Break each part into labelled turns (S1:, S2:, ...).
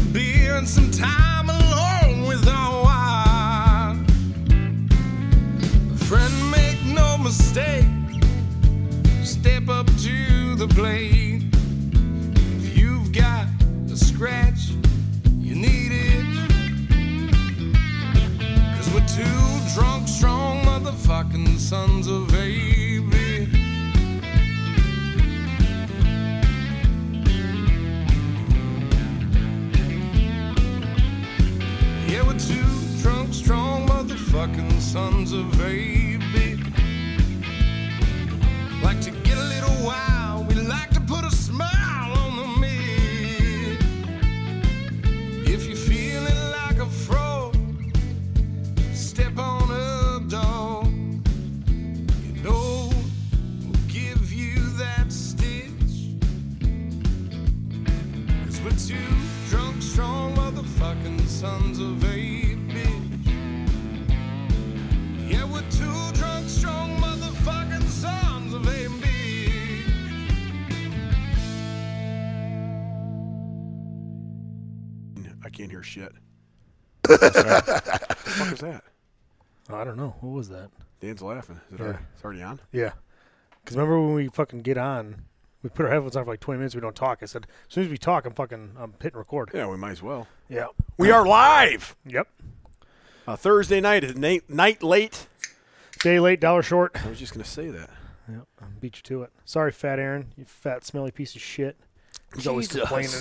S1: spend some time alone with our wine. Friend, make no mistake, step up to the plate. If you've got a scratch, you need it. Cause we're two drunk, strong motherfucking sons of baby. Yeah, we're two drunk, strong motherfucking sons of baby. Like to get a little wild, we like to put a smile on the mid. If you're feeling like a frog, step on up, dog. You know we'll give you that stitch. Cause we're two drunk, strong motherfucking sons of a bitch. Yeah, we're two drunk, strong motherfucking sons of a bitch.
S2: I can't hear shit. Sorry. what the fuck is that?
S3: I don't know. What was that?
S2: Dan's laughing. Is it
S3: Yeah.
S2: already, it's already on?
S3: Yeah. Because remember when we fucking get on, we put our headphones on for like 20 minutes, we don't talk. I said, as soon as we talk, I'm fucking, I'm hitting record.
S2: Yeah, we might as well.
S3: Yeah.
S2: We are live.
S3: Yep.
S2: Uh, Thursday night is night, night late.
S3: Day late, dollar short.
S2: I was just gonna say that.
S3: Yep. I beat you to it. Sorry, fat Aaron. You fat, smelly piece of shit. He's always
S2: Jesus.
S3: complaining.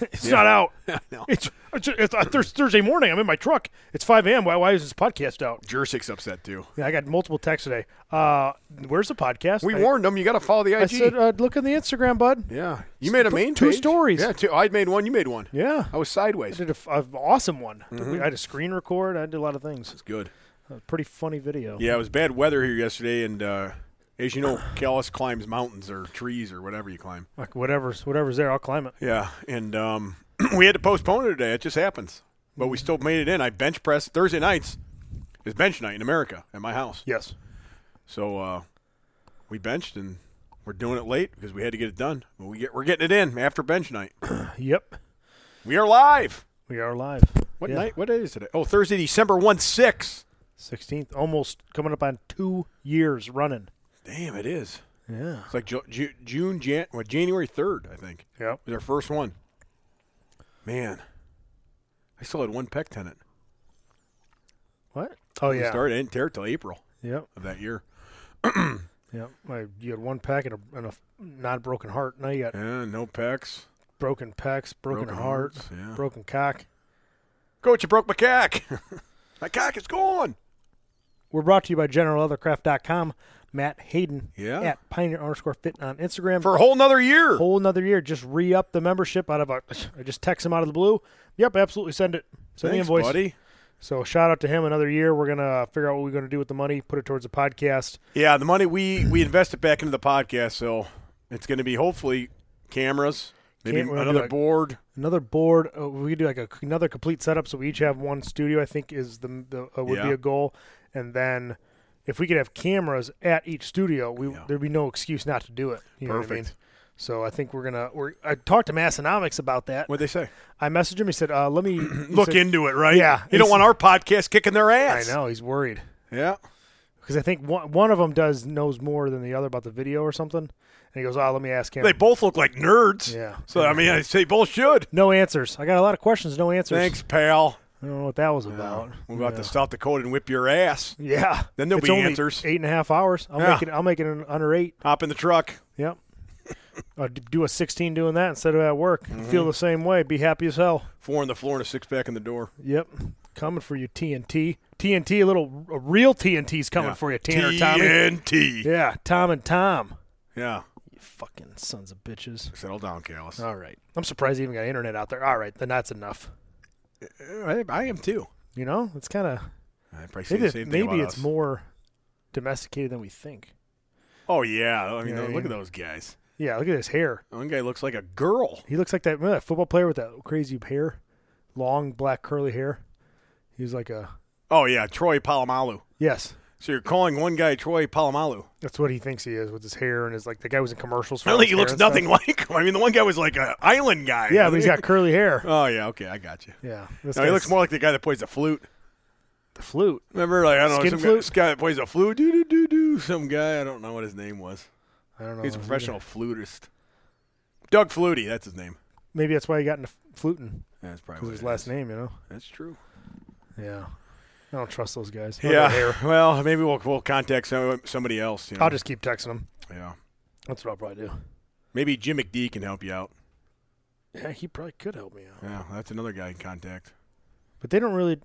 S3: it's not out.
S2: no.
S3: It's, it's, it's, it's Thurs- Thursday morning. I'm in my truck. It's 5 a.m. Why, why is this podcast out?
S2: Jersik's upset too.
S3: Yeah, I got multiple texts today. Uh, where's the podcast?
S2: We
S3: I,
S2: warned him. You got to follow the IG.
S3: I said, uh, look on the Instagram, bud.
S2: yeah, you made a
S3: put
S2: main
S3: two
S2: page.
S3: stories.
S2: Yeah, two. I made one. You made one.
S3: Yeah.
S2: I was
S3: I
S2: sideways.
S3: did an awesome one.
S2: Mm-hmm.
S3: I had a screen record. I did a lot of things.
S2: It's good.
S3: A pretty funny video.
S2: Yeah, it was bad weather here yesterday, and uh, as you know, Callis climbs mountains or trees or whatever you climb.
S3: Like whatever's whatever's there, I'll climb it.
S2: Yeah, and um, we had to postpone it today. It just happens, but we still made it in. I bench press Thursday nights. is bench night in America at my house.
S3: Yes.
S2: So uh, we benched and we're doing it late because we had to get it done. But we get we're getting it in after bench night.
S3: Yep.
S2: We are live.
S3: We are live.
S2: What
S3: Yeah.
S2: night? What day is today? Oh, Thursday, December one six.
S3: Sixteenth, almost coming up on two years running.
S2: Damn, it is.
S3: Yeah.
S2: It's like Ju- Ju- June, Jan- well, January third, I think.
S3: Yep.
S2: was our first one. Man, I still had one pec tenant.
S3: What? Oh
S2: We
S3: yeah.
S2: started I didn't tear it till April
S3: Yep.
S2: of that year.
S3: Yep. I, you had one pack and a, and a not broken heart. Now you got
S2: Yeah, no pecs.
S3: broken pecs, broken,
S2: Broken
S3: heart,
S2: hearts, yeah.
S3: broken cock.
S2: Coach, you broke my cack. my cack is gone.
S3: We're brought to you by GeneralLeathercraft.com. Matt Hayden
S2: Yeah.
S3: at Pioneer underscore Fit on Instagram.
S2: For a whole nother year.
S3: whole another year. Just re up the membership out of a. I just text him out of the blue. Yep, absolutely. Send it. Send
S2: Thanks,
S3: the invoice.
S2: buddy.
S3: So shout out to him. Another year. We're gonna figure out what we're gonna do with the money. Put it towards the podcast.
S2: Yeah, the money we we invested back into the podcast, so it's going to be hopefully cameras, maybe
S3: Can't- we're gonna do
S2: another
S3: like-
S2: board.
S3: Another board. Uh, we could do like a, another complete setup. So we each have one studio. I think is the, the uh, would be
S2: Yeah.
S3: a goal. And then if we could have cameras at each studio, we
S2: Yeah.
S3: there'd be no excuse not to do it. You know what I mean?
S2: Perfect.
S3: So I think we're gonna. We're, I talked to Massonomics about that.
S2: What'd they say?
S3: I messaged him. He said, uh, "Let me
S2: Look
S3: in."
S2: into it, right?
S3: Yeah.
S2: You don't
S3: It's-
S2: want our podcast kicking their
S3: I
S2: ass.
S3: know he's worried.
S2: Yeah.
S3: because I think one, one of them does knows more than the other about the video or something. And he goes, "Oh, let me ask him."
S2: They both look like nerds.
S3: Yeah.
S2: So I mean, I say both should.
S3: no answers. I got a lot of questions. No answers.
S2: Thanks, pal.
S3: I don't know what that was about.
S2: We're about to South Dakota and whip your ass.
S3: Yeah.
S2: Then there'll
S3: it's
S2: be
S3: only
S2: answers.
S3: Eight and a half hours. I'll
S2: Yeah.
S3: make it. I'll make it in under eight.
S2: Hop in the truck.
S3: Yep. uh, d- do a sixteen doing that instead of at work.
S2: Mm-hmm.
S3: Feel the same way. Be happy as hell.
S2: Four on the floor and a six pack in the door.
S3: Yep. Coming for you, TNT. TNT. A little a real TNT's coming for you, Tanner. Tommy.
S2: TNT.
S3: Yeah, Tom and Tom.
S2: Yeah.
S3: You fucking sons of bitches.
S2: Settle down, Callis.
S3: All right. I'm surprised he even got internet out there. All right, then that's enough.
S2: I, I am too.
S3: You know, it's kind of
S2: I probably say
S3: maybe,
S2: the
S3: it-
S2: same thing
S3: maybe
S2: about
S3: it's
S2: us.
S3: more domesticated than we think.
S2: Oh yeah, I mean,
S3: Yeah,
S2: look
S3: yeah.
S2: at those guys.
S3: Yeah, look at his hair.
S2: One guy looks like a girl.
S3: He looks like that, remember that football player with that crazy hair, long black curly hair. He was like a
S2: Oh yeah, Troy Polamalu.
S3: yes.
S2: So you're calling one guy Troy Palomalu.
S3: That's what he thinks he is with his hair and his like. The guy was in commercials. For
S2: I
S3: all
S2: don't think
S3: his
S2: he
S3: hair
S2: looks
S3: and stuff.
S2: nothing like him. I mean, the one guy was like an island guy.
S3: Yeah, but he's got curly hair.
S2: Oh yeah, okay, I got you.
S3: Yeah, this
S2: No, he
S3: guy's-
S2: looks more like the guy that plays the flute.
S3: the flute.
S2: Remember, like I don't know,
S3: Skin
S2: some Guy,
S3: flute?
S2: this guy that plays the flute, do do do do, some guy I don't know what his name was.
S3: I don't know.
S2: He's a professional flutist. Doug Flutie, that's his name.
S3: Maybe that's why he got into fluting
S2: That's probably
S3: because
S2: what
S3: his
S2: it
S3: last
S2: is.
S3: name. You know.
S2: That's true.
S3: Yeah. I don't trust those guys. Or their
S2: Yeah.
S3: hair.
S2: Well, maybe we'll we'll contact some, somebody else. You know?
S3: I'll just keep texting them.
S2: yeah.
S3: That's what I'll probably do.
S2: Maybe Jim McD can help you out.
S3: Yeah, he probably could help me out.
S2: Yeah, that's another guy in contact.
S3: But they don't really.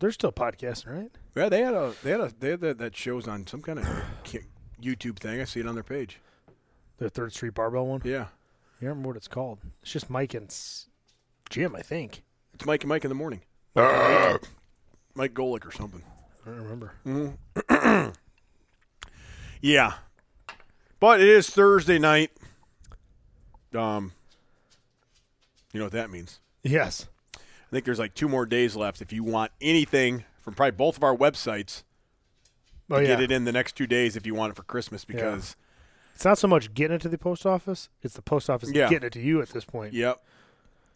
S3: They're still podcasting, right?
S2: Yeah, they had a they had a they had that, that shows on some kind of ki- YouTube thing. I see it on their page.
S3: The Third Street Barbell one.
S2: Yeah,
S3: Yeah, I remember what it's called. It's just Mike and S- Jim, I think.
S2: it's Mike and Mike in the morning.
S3: Uh.
S2: Mike Golick or something.
S3: I don't remember.
S2: Mm. Yeah, but it is Thursday night. Um, you know what that means.
S3: Yes.
S2: I think there's like two more days left. If you want anything from probably both of our websites,
S3: Oh yeah.
S2: get it in the next two days if you want it for Christmas. Because
S3: It's not so much getting it to the post office; it's the post office
S2: Yeah.
S3: getting it to you at this point.
S2: yep.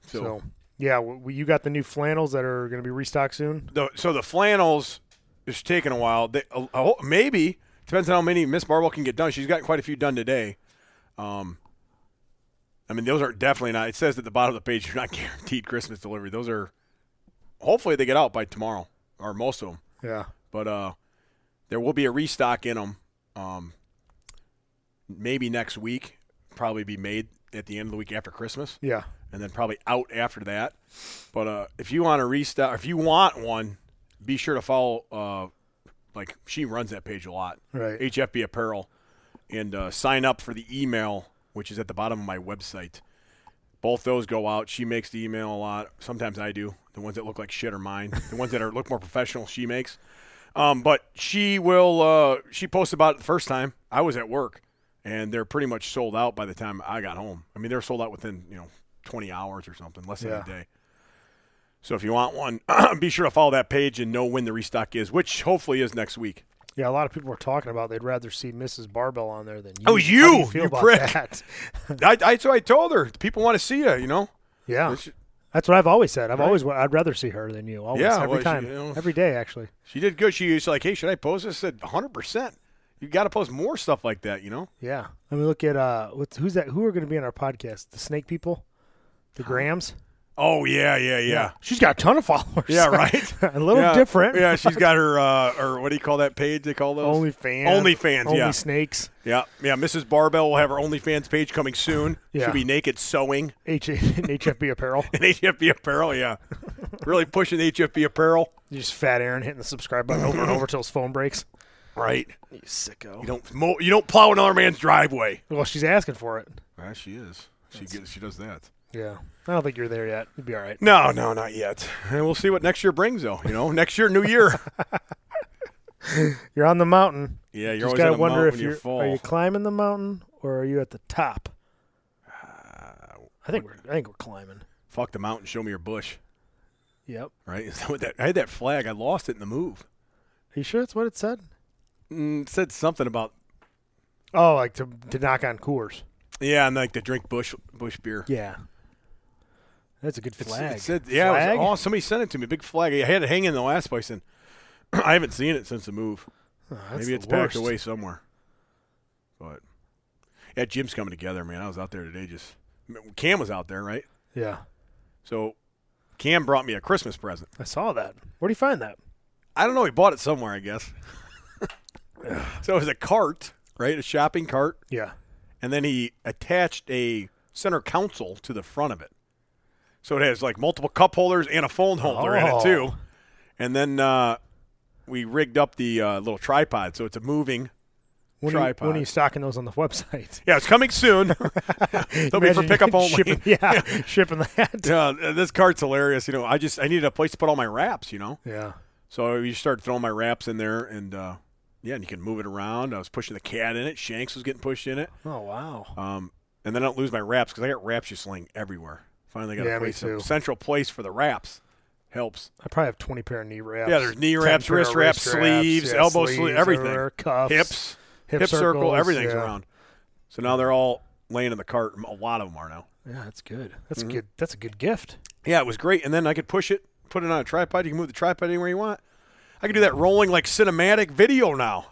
S3: So, yeah, w w- you got the new flannels that are going to be restocked soon.
S2: the so the flannels is taking a while. They, a, a whole- maybe depends on how many Miss Marble can get done. She's got quite a few done today. Um, I mean, those are definitely not. It says at the bottom of the page, you're not guaranteed Christmas delivery. Those are hopefully they get out by tomorrow or most of them.
S3: Yeah,
S2: But uh, there will be a restock in them. Um, maybe next week, probably be made at the end of the week after Christmas
S3: yeah,
S2: and then probably out after that. But uh, if you want to restock, if you want one, be sure to follow. Uh, like she runs that page a lot.
S3: Right.
S2: HFB Apparel, and uh, sign up for the email, which is at the bottom of my website. Both those go out. She makes the email a lot. Sometimes I do. The ones that look like shit are mine. the ones that are look more professional, she makes. Um, but she will. Uh, she posted about it the first time. I was at work, and they're pretty much sold out by the time I got home. I mean, they're sold out within you know 20 hours or something, less than
S3: Yeah.
S2: a day. So if you want one, be sure to follow that page and know when the restock is, which hopefully is next week.
S3: yeah. A lot of people are talking about they'd rather see Mrs. Barbell on there than you.
S2: Oh,
S3: How do
S2: you,
S3: feel
S2: you
S3: about
S2: prick.
S3: that?
S2: I, I so I told her people want to see you. You know.
S3: yeah,
S2: She,
S3: that's what I've always said. I've always wa- I'd rather see her than you. Always,
S2: Yeah,
S3: every
S2: well, she-
S3: time,
S2: you know-
S3: every day actually.
S2: she did good. She was like, "Hey, should I post this?" I said, "100 percent. You got to post more stuff like that." You know.
S3: Yeah. I mean, look at uh, what's, who's that? Who are going to be on our podcast? The Snake People, the Grams.
S2: Oh yeah, yeah, yeah.
S3: she's got a ton of followers.
S2: Yeah, right.
S3: a little
S2: Yeah.
S3: different.
S2: Yeah, she's got her uh, or what do you call that page? They call those
S3: OnlyFans.
S2: OnlyFans,
S3: Only
S2: yeah.
S3: Snakes.
S2: Yeah, yeah. Mrs. Barbell will have her OnlyFans page coming soon.
S3: Yeah.
S2: She'll be naked sewing
S3: H- HFB apparel.
S2: in HFB apparel. Yeah, really pushing HFB apparel.
S3: You just fat Aaron hitting the subscribe button over and over till his phone breaks.
S2: Right.
S3: You sicko.
S2: You don't mo- you don't plow another man's driveway.
S3: Well, she's asking for it.
S2: Yeah, she is. She gets, she does that.
S3: Yeah. I don't think you're there yet. You'd be all right.
S2: No, no, not yet. And we'll see what next year brings, though. You know, next year, new year.
S3: You're on the mountain.
S2: yeah, you're
S3: just
S2: always
S3: gotta
S2: gonna
S3: wonder if
S2: when you
S3: you're
S2: fall.
S3: are you climbing the mountain or are you at the top?
S2: Uh,
S3: I think we're I think we're climbing.
S2: Fuck the mountain. Show me your bush.
S3: Yep.
S2: Right? Is that what that? I had that flag. I lost it in the move.
S3: Are you sure that's what it said?
S2: Mm, it said something about
S3: Oh, like to to knock on Coors.
S2: yeah, and like to drink bush bush beer.
S3: Yeah. That's a good
S2: It's-
S3: flag.
S2: It said, yeah, it was-
S3: Flag?
S2: oh, somebody sent it to me. Big flag. I had it hanging in the last place, and I haven't seen it since the move.
S3: Oh, that's
S2: Maybe
S3: the
S2: it's packed
S3: worst.
S2: away somewhere. But yeah, Jim's coming together, man. I was out there today. Just Cam was out there, right?
S3: Yeah.
S2: So Cam brought me a Christmas present.
S3: I saw that. Where do you find that?
S2: I don't know. He bought it somewhere, I guess. so it was a cart, right? A shopping cart,
S3: Yeah.
S2: and then he attached a center console to the front of it. So it has like multiple cup holders and a phone holder in it
S3: Oh.
S2: too. And then uh, we rigged up the uh, little tripod, so it's a moving.
S3: When are, you,
S2: Tripod.
S3: when are you stocking those on the website?
S2: Yeah, it's coming soon. They'll be for
S3: Imagine
S2: pickup only.
S3: Shipping, yeah, shipping that. Yeah.
S2: Yeah, th- this cart's hilarious. You know, I just I needed a place to put all my wraps. You know, so you start throwing my wraps in there, and uh, yeah, and you can move it around. I was pushing the cat in it. Shanks was getting pushed in it.
S3: Oh wow.
S2: Um, and then I don't lose my wraps because I got wraps just laying everywhere. Finally got
S3: Yeah,
S2: a
S3: me
S2: place, a
S3: too.
S2: central place for the wraps. Helps.
S3: I probably have 20 pair of knee wraps.
S2: Yeah, there's knee
S3: 10
S2: wraps,
S3: pair of
S2: wrist wraps, sleeves,
S3: yeah,
S2: elbow
S3: sleeves
S2: sleeve, everything.
S3: everywhere, cuffs,
S2: Hips,
S3: hip,
S2: circle,
S3: circles,
S2: everything's
S3: yeah.
S2: around. So now they're all laying in the cart. A lot of them are now.
S3: Yeah, that's good. That's
S2: Mm-hmm.
S3: a good. That's a good gift.
S2: Yeah, it was great. And then I could push it, put it on a tripod. You can move the tripod anywhere you want. I could do that rolling like cinematic video now,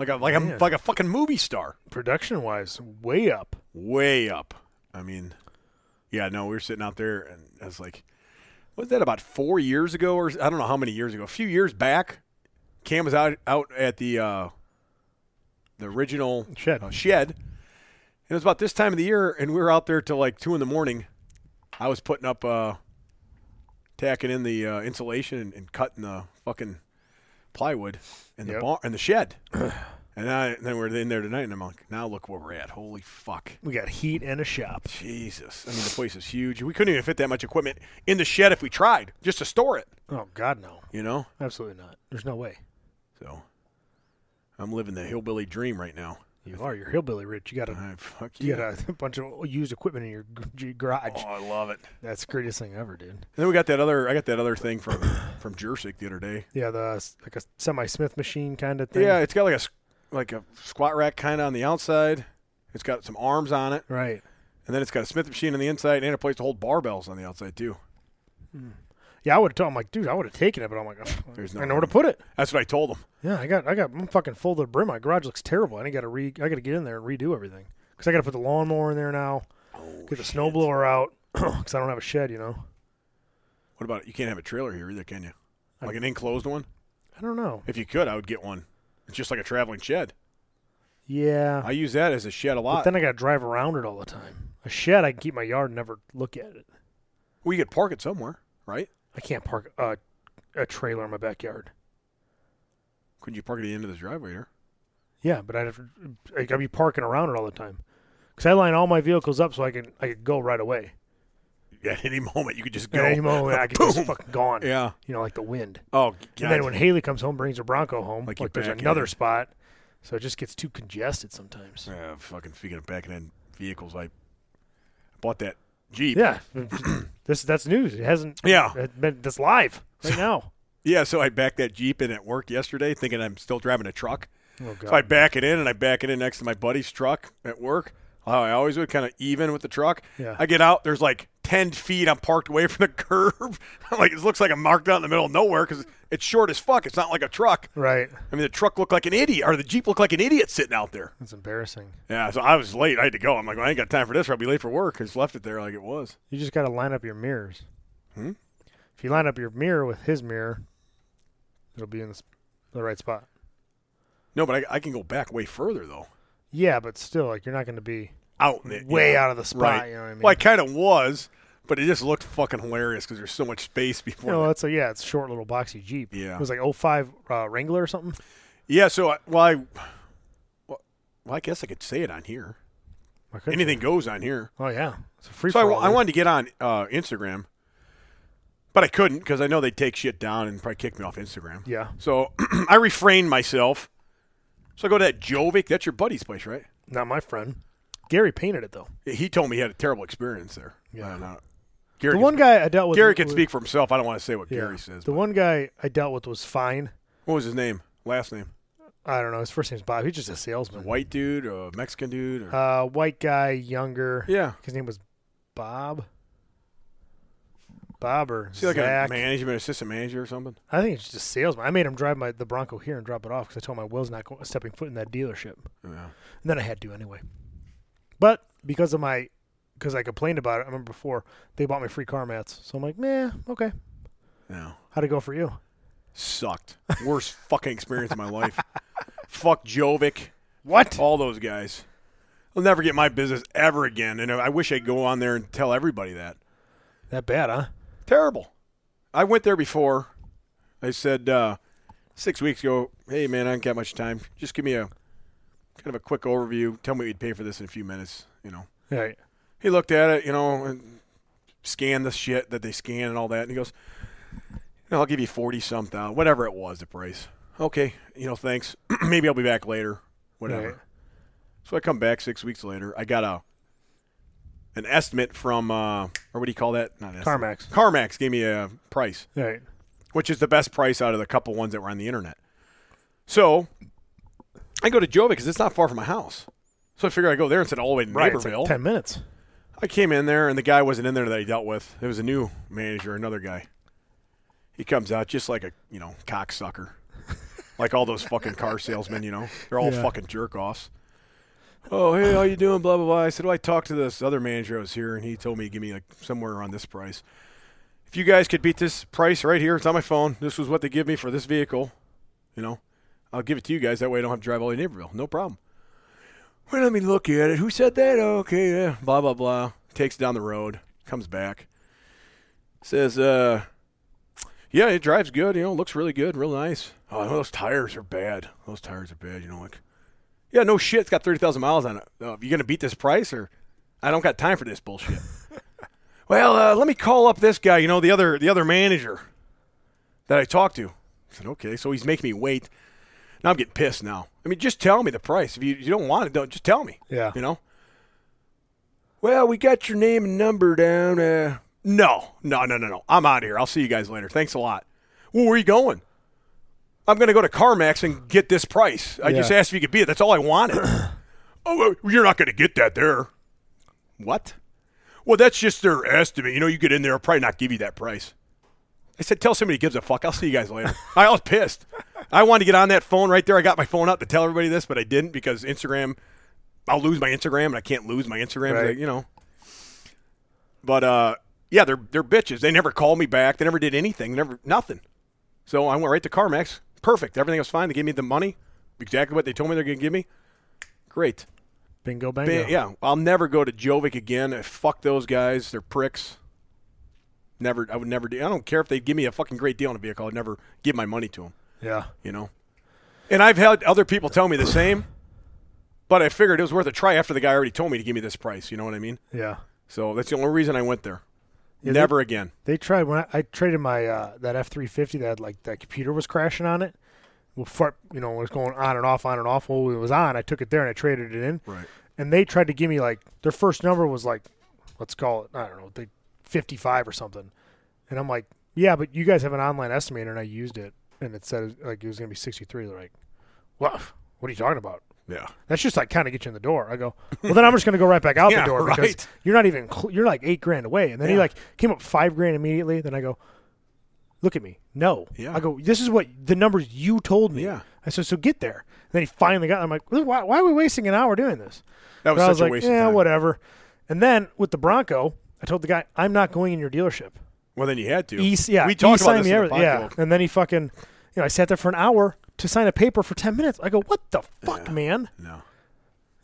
S2: like a like
S3: Man.
S2: a like a fucking movie star.
S3: Production wise, way up.
S2: Way up. I mean, yeah, no, we were sitting out there, and I was like, was that about four years ago, or I don't know how many years ago? A few years back, Cam was out out at the uh, the original
S3: Shed.
S2: uh, shed, and it was about this time of the year, and we were out there till like two in the morning. I was putting up, uh, tacking in the uh, insulation and, and cutting the fucking plywood in the
S3: Yep.
S2: bar and the shed. And, I, and then we're in there tonight, and I'm like, now look where we're at. Holy fuck.
S3: We got heat and a shop.
S2: Jesus. I mean, the place is huge. We couldn't even fit that much equipment in the shed if we tried, just to store it,
S3: Oh God, no,
S2: you know?
S3: absolutely not. There's no way.
S2: So I'm living the hillbilly dream right now.
S3: You are. You're hillbilly rich. You got a.
S2: All right, fuck
S3: You
S2: you.
S3: got a bunch of used equipment in your g- garage.
S2: Oh, I love it.
S3: That's the greatest thing ever, dude.
S2: And then we got that other. I got that other thing from from Jursic the other day.
S3: Yeah, the like a semi Smith machine kind of thing.
S2: Yeah, it's got like a s- like a squat rack kind of on the outside. It's got some arms on it,
S3: Right.
S2: and then it's got a Smith machine on the inside and a place to hold barbells on the outside too.
S3: Yeah, I would have told him like, dude, I would have taken it, but I'm like, "Ugh,
S2: There's
S3: I
S2: no
S3: know where to
S2: room.
S3: put it.
S2: That's what I told them.
S3: Yeah, I got, I got, I'm fucking full to the brim. My garage looks terrible. I got to re, I got to get in there and redo everything because I got to put the lawnmower in there now,
S2: Oh,
S3: get the snowblower out because I don't have a shed. You know,
S2: What about you? Can't have a trailer here either, can you? Like an enclosed one.
S3: I don't know.
S2: If you could, I would get one. It's just like a traveling shed.
S3: Yeah,
S2: I use that as a shed a
S3: but
S2: lot.
S3: Uh-huh. then I got to drive around it all the time. A shed, I can keep my yard and never look at it.
S2: well, you could park it somewhere, right?
S3: I can't park a, a trailer in my backyard.
S2: Couldn't you park it at the end of the driveway here?
S3: Yeah, but I'd have to, I'd be parking around it all the time because I line all my vehicles up so I can, I could go right away.
S2: At any moment, you could just go.
S3: At any moment, I could
S2: Boom.
S3: just fucking gone.
S2: Yeah.
S3: You know, like the wind.
S2: Oh, God.
S3: And then when Haley comes home, brings her Bronco home,
S2: Like
S3: like,
S2: you
S3: there's
S2: back in
S3: another
S2: it.
S3: spot. So it just gets too congested sometimes.
S2: Yeah, Ah, fucking speaking of back end vehicles, I bought that Jeep.
S3: Yeah. this that's news. It hasn't
S2: Yeah.
S3: it been, that's live right now.
S2: Yeah, so I backed that Jeep in at work yesterday thinking I'm still driving a truck.
S3: Oh god.
S2: So I back it in and I back it in next to my buddy's truck at work. How I always would, kind of even with the truck.
S3: Yeah.
S2: I get out, there's like 10 feet I'm parked away from the curb. I'm like, it looks like I'm marked out in the middle of nowhere because it's short as fuck. It's not like a truck.
S3: right.
S2: I mean, the truck looked like an idiot, or the Jeep looked like an idiot sitting out there.
S3: That's embarrassing.
S2: Yeah, so I was late. I had to go. I'm like, well, I ain't got time for this. Or I'll be late for work. I just left it there like it was.
S3: You just gotta line up your mirrors.
S2: Hmm?
S3: If you line up your mirror with his mirror, it'll be in the, s- the right spot.
S2: No, but I, I can go back way further, though.
S3: Yeah, but still, like you're not gonna be
S2: Out in the,
S3: way
S2: yeah.
S3: out of the spot.
S2: Right.
S3: You know what I mean?
S2: Well, I kind of was, but it just looked fucking hilarious because there's so much space
S3: you
S2: before.
S3: know,
S2: that.
S3: that's a yeah, it's a short little boxy Jeep.
S2: Yeah.
S3: It was like 05 uh, Wrangler or something.
S2: Yeah, so I, well, I, well, I guess I could say it on here.
S3: Why couldn't you?
S2: Anything goes on here.
S3: Oh yeah. It's a free
S2: So I,
S3: for
S2: wa-
S3: all.
S2: I wanted to get on uh, Instagram, but I couldn't because I know they take shit down and probably kick me off Instagram.
S3: Yeah.
S2: So I refrained myself. So I go to that Jovic. That's your buddy's place, right?
S3: Not my friend. Gary painted it though.
S2: He told me he had a terrible experience there.
S3: Yeah.
S2: I don't know. Gary
S3: The
S2: can-
S3: one guy I dealt with.
S2: Gary can
S3: was-
S2: speak for himself. I don't want to say what
S3: yeah.
S2: Gary says.
S3: The
S2: but-
S3: one guy I dealt with was fine.
S2: what was his name? Last name?
S3: I don't know. His first name's Bob. He's just a salesman.
S2: White dude or a Mexican dude? Or,
S3: Uh, white guy, younger.
S2: yeah.
S3: His name was Bob. Bob or
S2: See, like
S3: Zach.
S2: a management assistant manager or something.
S3: I think it's just a salesman. I made him drive my the Bronco here and drop it off because I told him I was not going, stepping foot in that dealership.
S2: Yeah.
S3: And then I had to anyway. But because of my, because I complained about it, I remember before they bought me free car mats. So I'm like, meh, okay.
S2: No.
S3: How'd it go for you?
S2: Sucked. Worst fucking experience of my life. Fuck Jovic.
S3: What?
S2: All those guys. I'll never get my business ever again. And I wish I'd go on there and tell everybody that.
S3: That bad, huh?
S2: Terrible. I went there before. I said uh, six weeks ago, hey, man, I don't got much time. Just give me a kind of a quick overview. Tell me what you'd pay for this in a few minutes, you know.
S3: Right.
S2: he looked at it, you know, and scanned the shit that they scan and all that, and he goes, you know, "I'll give you forty some thousand, whatever it was, the price." Okay, you know, thanks. Maybe I'll be back later, whatever.
S3: Right.
S2: So I come back six weeks later. I got a an estimate from uh, or what do you call that? Not estimate.
S3: Carmax.
S2: CarMax gave me a price,
S3: Right.
S2: which is the best price out of the couple ones that were on the internet. So I go to Jovi because it's not far from my house. So I figure I go there instead of all the way to
S3: Right. It's like
S2: Naperville.
S3: Ten minutes.
S2: I came in there, and the guy wasn't in there that I dealt with. It was a new manager, another guy. He comes out just like a you know cocksucker, like all those fucking car salesmen. You know, they're all
S3: Yeah.
S2: fucking jerk offs. Oh hey, how you doing? Blah blah blah. I said, well, I talked to this other manager I was here, and he told me to give me like somewhere around this price. If you guys could beat this price right here, it's on my phone. This was what they give me for this vehicle. You know, I'll give it to you guys. That way, I don't have to drive all the way to Naperville. No problem. Well, let me look at it. Who said that? Oh, okay, yeah. Blah blah blah. Takes it down the road, comes back, says, "Uh, yeah, it drives good. You know, looks really good, real nice. Oh, those tires are bad. Those tires are bad. You know, like, yeah, no shit. It's got thirty thousand miles on it. Uh, you gonna beat this price or? I don't got time for this bullshit. well, uh, let me call up this guy. You know, the other the other manager that I talked to. I said, okay, so he's making me wait. Now I'm getting pissed now. I mean, just tell me the price. If you, you don't want it, don't just tell me.
S3: Yeah.
S2: You know? Well, we got your name and number down. Uh, no, no, no, no, no. I'm out of here. I'll see you guys later. Thanks a lot. Well, where are you going? I'm going to go to CarMax and get this price. I just
S3: Yeah.
S2: asked if you could be it. That's all I wanted. oh, well, you're not going to get that there. What? Well, that's just their estimate. You know, you get in there, I'll probably not give you that price. I said, tell somebody who gives a fuck. I'll see you guys later. I was pissed. I wanted to get on that phone right there. I got my phone out to tell everybody this, but I didn't because Instagram, I'll lose my Instagram, and I can't lose my Instagram.
S3: Right.
S2: You know. But uh, yeah, they're they're bitches. They never called me back. They never did anything. Never nothing. So I went right to CarMax. Perfect. Everything was fine. They gave me the money. Exactly what they told me they're going to give me. Great.
S3: Bingo bango.
S2: Ba- yeah, I'll never go to Jovic again. Uh, Fuck those guys. They're pricks. Never. I would never do. I don't care if they give me a fucking great deal on a vehicle. I'd never give my money to them.
S3: Yeah.
S2: You know. And I've had other people tell me the same, but I figured it was worth a try after the guy already told me to give me this price. You know what I mean?
S3: Yeah.
S2: So that's the only reason I went there.
S3: Yeah, they-
S2: never again.
S3: They tried when I, I traded my uh, that F three fifty that had, like that computer was crashing on it. Well, fart, you know, it was going on and off, on and off. Well, it was on. I took it there and I traded it in.
S2: Right.
S3: And they tried to give me like their first number was like, let's call it I don't know, they fifty five or something. And I'm like, yeah, but you guys have an online estimator, and I used it, and it said like it was gonna be sixty three. They're like, what? What are you talking about?
S2: Yeah.
S3: That's just like kind of get you in the door. I go, well, then I'm just going to go right back out
S2: Yeah,
S3: the door
S2: right.
S3: because you're not even cl- you're like eight grand away. And then he
S2: Yeah.
S3: like came up five grand immediately. Then I go, look at me, no.
S2: Yeah.
S3: I go, this is what the numbers you told me.
S2: Yeah.
S3: I said, so get there. And then he finally got. I'm like, why, why are we wasting an hour doing this?
S2: That was
S3: But I
S2: such
S3: was
S2: a
S3: like,
S2: waste.
S3: yeah,
S2: of time.
S3: whatever. And then with the Bronco, I told the guy, I'm not going in your dealership.
S2: Well, then you had to.
S3: He, yeah,
S2: we
S3: he
S2: talked about
S3: signed
S2: this
S3: me
S2: in the
S3: everything. Yeah,
S2: podcast.
S3: and then he fucking, you know, I sat there for an hour to sign a paper for ten minutes. I go, what the fuck, man?
S2: No.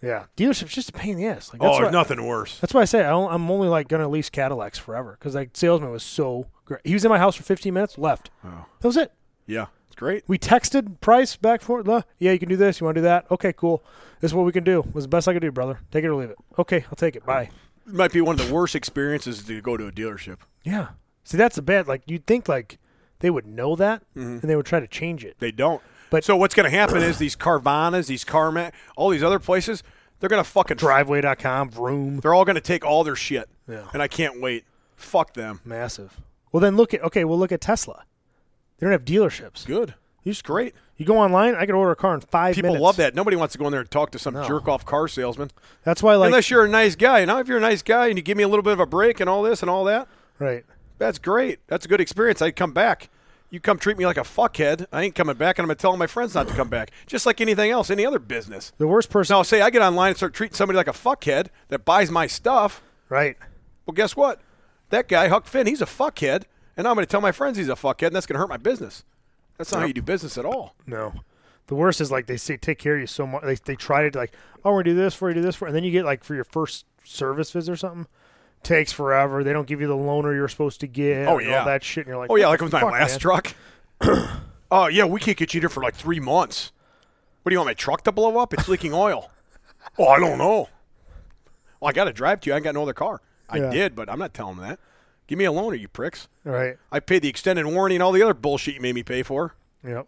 S3: Yeah, dealership's just a pain in the ass. Like, that's
S2: Oh,
S3: what-
S2: nothing worse.
S3: That's why I say I don't- I'm only like gonna lease Cadillacs forever because like salesman was so great. He was in my house for 15 minutes, left.
S2: Oh.
S3: That was it.
S2: Yeah. It's great.
S3: We texted price back and forth. blah. Yeah, you can do this. You want to do that? Okay, cool. This is what we can do. It was the best I could do, brother. Take it or leave it. Okay, I'll take it. Bye.
S2: It might be one of the worst experiences to go to a dealership.
S3: Yeah. See, that's the bad. Like you'd think like they would know that
S2: Mm-hmm.
S3: and they would try to change it.
S2: They don't.
S3: But-
S2: so what's going to happen is these Carvanas, these Carma, all these other places, they're going to fucking
S3: Driveway.com, vroom,
S2: They're all going to take all their shit.
S3: Yeah.
S2: And I can't wait. Fuck them.
S3: massive. Well, then look at okay. Well, look at Tesla. They don't have dealerships.
S2: Good. He's great.
S3: You go online, I could order a car in five
S2: People
S3: minutes.
S2: love that. Nobody wants to go in there and talk to some
S3: No.
S2: jerk off car salesman.
S3: That's why, like,
S2: Unless you're a nice guy. Now, if you're a nice guy and you give me a little bit of a break and all this and all that,
S3: right.
S2: that's great. That's a good experience. I'd come back. You come treat me like a fuckhead. I ain't coming back, and I'm going to tell all my friends not to come back. Just like anything else, any other business.
S3: The worst person,
S2: Now, say I get online and start treating somebody like a fuckhead that buys my stuff.
S3: right?
S2: Well, guess what? That guy, Huck Finn, he's a fuckhead, and I'm going to tell my friends he's a fuckhead, and that's going to hurt my business. That's not how you do business at all.
S3: No, the worst is like they say take care of you so much. They they try to like, oh, we're gonna do this for you, do this for, and then you get like for your first service visit or something, takes forever. They don't give you the loaner you're supposed to get.
S2: Oh,
S3: and
S2: yeah.
S3: all that shit. And you're like,
S2: Oh, yeah,
S3: what
S2: like
S3: the
S2: with my
S3: fuck,
S2: last
S3: man?
S2: truck. Oh, yeah, we can't get you there for like three months. What do you want, my truck to blow up? It's leaking oil. oh, I don't know. Well, I got to drive to you. I ain't got no other car. I
S3: Yeah.
S2: did, but I'm not telling them that. Give me a loaner, you pricks.
S3: Right.
S2: I paid the extended warranty and all the other bullshit you made me pay for.
S3: Yep.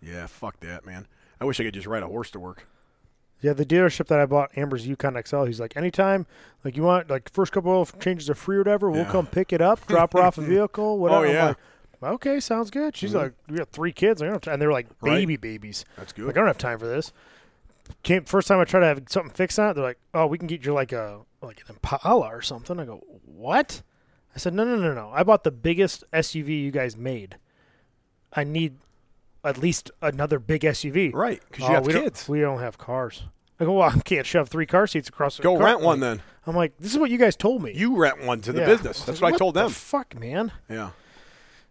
S2: Yeah, fuck that, man. I wish I could just ride a horse to work.
S3: Yeah, the dealership that I bought Amber's Yukon XL, he's like, anytime, like you want, like first couple oil changes are free or whatever, we'll
S2: Yeah. Oh,
S3: come pick it up, drop her off a vehicle, whatever. I'm
S2: yeah. Mm-hmm.
S3: like, okay, sounds good. She's like, we got three kids, I don't have time. and they're like
S2: Right.
S3: baby babies.
S2: That's
S3: Like
S2: good.
S3: I don't have time for this. Came first time I tried to have something fixed on it, they're like, oh, we can get you like a like an Impala or something. I go, what? I said, no, no, no, no. I bought the biggest SUV you guys made. I need at least another big SUV.
S2: Right, because
S3: Oh,
S2: you have
S3: we
S2: kids.
S3: Don't, we don't have cars. I go, well, I can't shove three car seats across. the
S2: Go
S3: car.
S2: rent one then.
S3: I'm like, this is what you guys told me.
S2: You rent one to the
S3: Yeah.
S2: business.
S3: was
S2: That's
S3: like,
S2: what I told
S3: the
S2: them.
S3: fuck, man.
S2: yeah.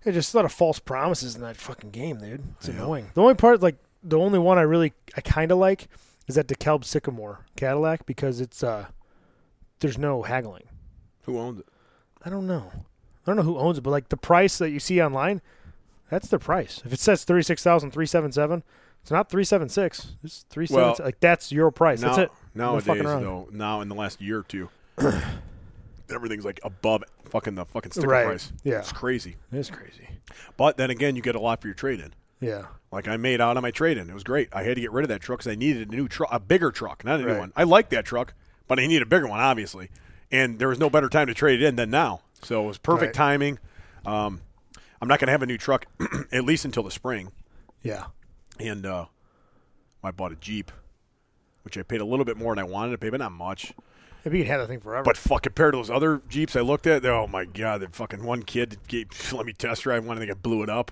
S3: There's just a lot of false promises in that fucking game, dude. It's annoying. The only part, like, the only one I really, I kind of like is that DeKalb Sycamore Cadillac because it's, uh, there's no haggling.
S2: Who owns it?
S3: I don't know. I don't know who owns it, but like the price that you see online, that's their price. If it says thirty six thousand three seven seven, it's not three seven six. It's three seven.
S2: Well,
S3: like that's your price. that's
S2: Now-
S3: it. No
S2: Nowadays,
S3: fucking around.
S2: though, now in the last year or two, everything's like above fucking the fucking sticker
S3: Right.
S2: price.
S3: Yeah.
S2: It's crazy.
S3: It's crazy.
S2: But then again, you get a lot for your trade in.
S3: Yeah.
S2: Like I made out on my trade in. It was great. I had to get rid of that truck because I needed a new truck, a bigger truck, not a
S3: Right.
S2: new one. I like that truck, but I need a bigger one, obviously. And there was no better time to trade it in than now. So it was perfect
S3: Right.
S2: timing. Um, I'm not going to have a new truck at least until the spring.
S3: Yeah.
S2: And uh, I bought a Jeep, which I paid a little bit more than I wanted to pay, but not much.
S3: Maybe you can have that thing forever.
S2: But fuck, compared to those other Jeeps I looked at, they're- oh my god, that fucking one kid gave, let me test drive one. I think I blew it up.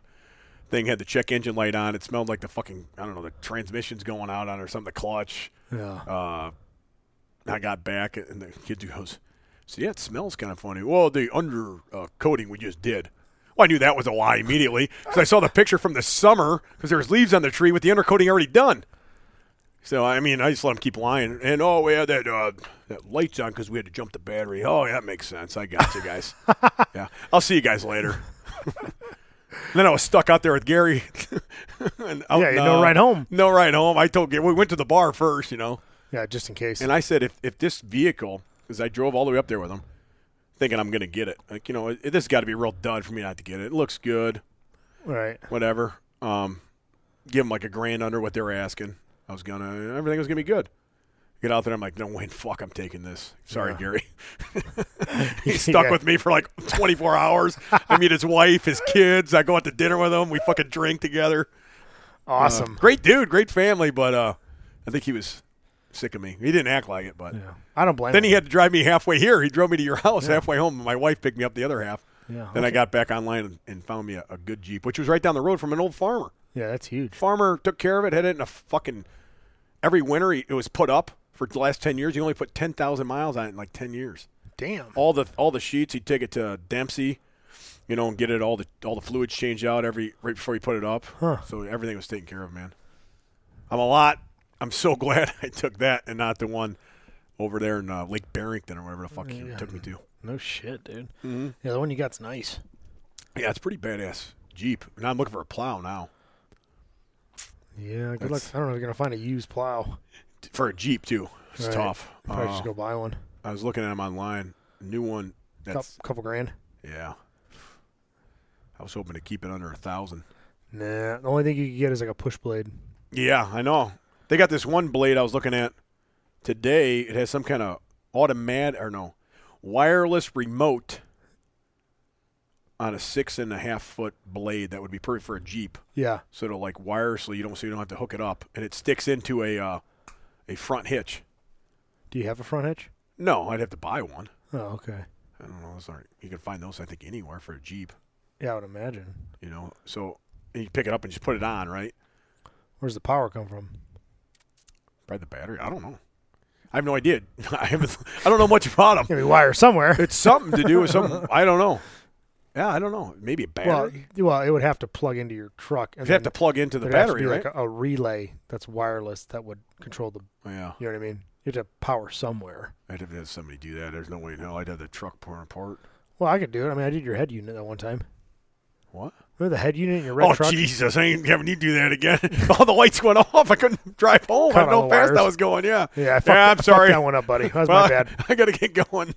S2: Thing had the check engine light on. It smelled like the fucking I don't know the transmission's going out on it or something. The clutch.
S3: yeah.
S2: Uh, I got back and the kid goes, "See, that smells kind of funny." Well, the under uh, coating we just did. Well, I knew that was a lie immediately because I saw the picture from the summer because there was leaves on the tree with the undercoating already done. So I mean, I just let him keep lying. And oh, we had that uh, that lights on because we had to jump the battery. Oh, yeah, that makes sense. I got you guys. yeah, I'll see you guys later. And then I was stuck out there with Gary. and out
S3: Yeah,
S2: in,
S3: you know,
S2: uh,
S3: right home.
S2: No right home. I told Gary we went to the bar first. You know.
S3: yeah, just in case.
S2: And I said, if, if this vehicle, because I drove all the way up there with him, thinking I'm going to get it. Like, you know, it, this has got to be a real dud for me not to get it. It looks good, Uh,
S3: right.
S2: whatever. Um, give them like a grand under what they were asking. I was going to, everything was going to be good. Get out there. I'm like, no, Wayne, fuck, I'm taking this. Sorry, Gary. he stuck
S3: Yeah.
S2: with me for like 24 hours. I meet his wife, his kids. I go out to dinner with him. We fucking drink together.
S3: Awesome.
S2: Great dude, great family, but uh, I think he was sick of me. He didn't act like it, but.
S3: yeah. I don't blame
S2: Then
S3: him.
S2: he had to drive me halfway here. He drove me to your house halfway home, and my wife picked me up the other half.
S3: Yeah.
S2: Then I got back online and, and found me a, a good Jeep, which was right down the road from an old farmer.
S3: yeah, that's huge.
S2: Farmer took care of it, had it in a fucking every winter. He, it was put up for the last ten years. He only put ten thousand miles on it in like ten years.
S3: Damn.
S2: All the all the sheets he'd take it to Dempsey, you know, and get it all the all the fluids changed out every right before he put it up.
S3: Huh.
S2: So everything was taken care of, man. I'm a lot. I'm so glad I took that and not the one over there in uh, Lake Barrington or whatever the fuck he took me to.
S3: No shit, dude. Yeah, the one you got's nice.
S2: Yeah, it's pretty badass Jeep. And I'm looking for a plow now
S3: Yeah, good luck.
S2: That's-
S3: I don't know if you're gonna find a used plow.
S2: for a Jeep too. It's
S3: Right.
S2: tough.
S3: Probably
S2: Uh,
S3: just Oh. go buy one.
S2: I was looking at them online. New one.
S3: Couple,
S2: That's
S3: couple grand.
S2: yeah. I was hoping to keep it under a thousand.
S3: Nah, the only thing you can get is like a push blade.
S2: Yeah, I know. They got this one blade I was looking at today. It has some kind of automatic or no wireless remote on a six and a half foot blade that would be perfect for a Jeep.
S3: Yeah.
S2: So it'll like wirelessly you don't so you don't have to hook it up, and it sticks into a uh, a front hitch.
S3: Do you have a front hitch?
S2: No, I'd have to buy one.
S3: Oh, okay.
S2: I don't know. Those aren't, you can find those I think anywhere for a Jeep.
S3: Yeah, I would imagine.
S2: You know, so and you pick it up and just put it on, right?
S3: Where's the power come from?
S2: Probably the battery. I don't know. I have no idea. I haven't. I don't know much about them.
S3: It's gonna be wire somewhere.
S2: It's something to do with some. I don't know. Yeah, I don't know. Maybe a battery.
S3: well, well, it would have to plug into your truck, and
S2: you have to
S3: then
S2: plug into the
S3: there'd have to
S2: battery,
S3: be
S2: right?
S3: like a, a relay that's wireless that would control the.
S2: yeah,
S3: You know what I mean? You'd have power somewhere.
S2: I'd have to have somebody do that. There's no way in hell I'd have the truck torn apart.
S3: Well, I could do it. I mean, I did your head unit that one time.
S2: What?
S3: Remember the head unit in your red
S2: oh
S3: truck?
S2: Jesus! I ain't having you do that again. All the lights went off. I couldn't drive home.
S3: Cut
S2: I know
S3: all
S2: how
S3: the
S2: fast
S3: wires.
S2: I was going. Yeah.
S3: Yeah, I fucked,
S2: yeah.
S3: I
S2: I'm
S3: fucked
S2: sorry.
S3: that one up, buddy. That was
S2: Well,
S3: my bad.
S2: I gotta get going.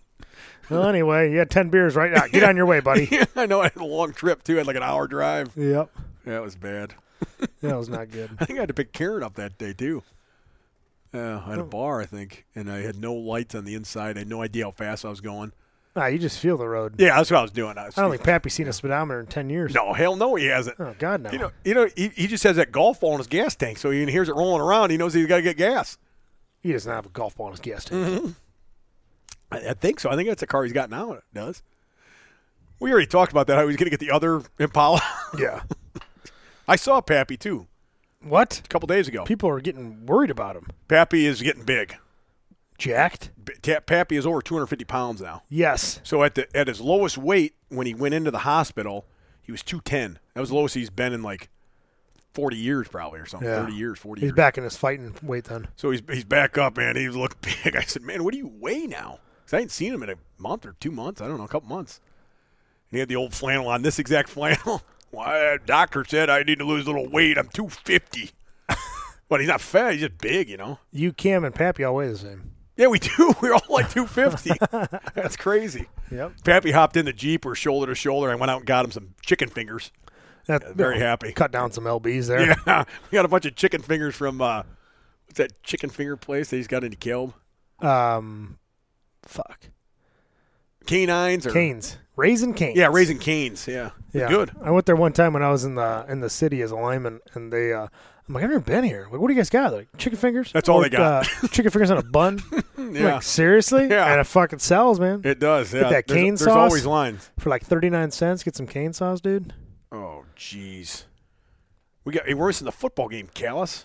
S3: Well, anyway, yeah, ten beers right now. Get on your way, buddy.
S2: I know I had a long trip too. I had like an hour drive.
S3: yep.
S2: Yeah, it was bad.
S3: That was not good.
S2: I think I had to pick Karen up that day too. uh,
S3: Oh.
S2: at a bar, I think, and I had no lights on the inside. I had no idea how fast I was going.
S3: Nah, you just feel the road.
S2: Yeah, that's what I was doing. I, was,
S3: I don't think Pappy's seen a speedometer in ten years.
S2: no, hell no, he hasn't.
S3: Oh God, no.
S2: You know, you know, he, he just has that golf ball in his gas tank, so he hears it rolling around. He knows he's got to get gas.
S3: he doesn't have a golf ball in his gas tank.
S2: I, I think so. I think that's the car he's got now. It does. We already talked about that. How he's going to get the other Impala.
S3: Yeah.
S2: I saw Pappy too
S3: What?
S2: a couple days ago.
S3: People are getting worried about him.
S2: Pappy is getting big.
S3: Jacked?
S2: B- Ta- Pappy is over 250 pounds now.
S3: Yes.
S2: So at the at his lowest weight when he went into the hospital, he was 210. That was the lowest he's been in like 40 years probably or something.
S3: Yeah.
S2: 30 years, 40
S3: He's
S2: years.
S3: back in his fighting weight then.
S2: So he's he's back up, man. He looked big. I said, man, what do you weigh now? 'Cause I hadn't seen him in a month or two months. I don't know, a couple months. And he had the old flannel on, this exact flannel. Why? Doctor said I need to lose a little weight. I'm 250. but he's not fat. He's just big, you know.
S3: You, Cam, and Pappy all weigh the same.
S2: Yeah, we do. We're all like 250. That's crazy.
S3: Yep.
S2: Pappy hopped in the Jeep. We're shoulder to shoulder. I went out and got him some chicken fingers.
S3: That,
S2: very happy.
S3: Cut down some lbs there.
S2: Yeah. We got a bunch of chicken fingers from, uh, what's that chicken finger place that he's got in Caleb?
S3: Um, fuck.
S2: Canines or?
S3: Canes, raisin canes.
S2: Yeah, raising canes. Yeah.
S3: Yeah.
S2: Good.
S3: I went there one time when I was in the in the city as a lineman, and they. Uh, I'm like, I've never been here. Like, what do you guys got? They're Like, chicken fingers.
S2: That's all
S3: Or,
S2: they got.
S3: Uh, chicken fingers on a bun. I'm
S2: Yeah.
S3: Mm, Like, seriously?
S2: Yeah.
S3: And it fucking sells, man.
S2: It does. Yeah.
S3: that
S2: there's,
S3: cane
S2: there's
S3: sauce.
S2: always lines.
S3: For like 39 cents, get some cane sauce, dude.
S2: Oh, jeez. We got, hey, we're missing the football game, Callis.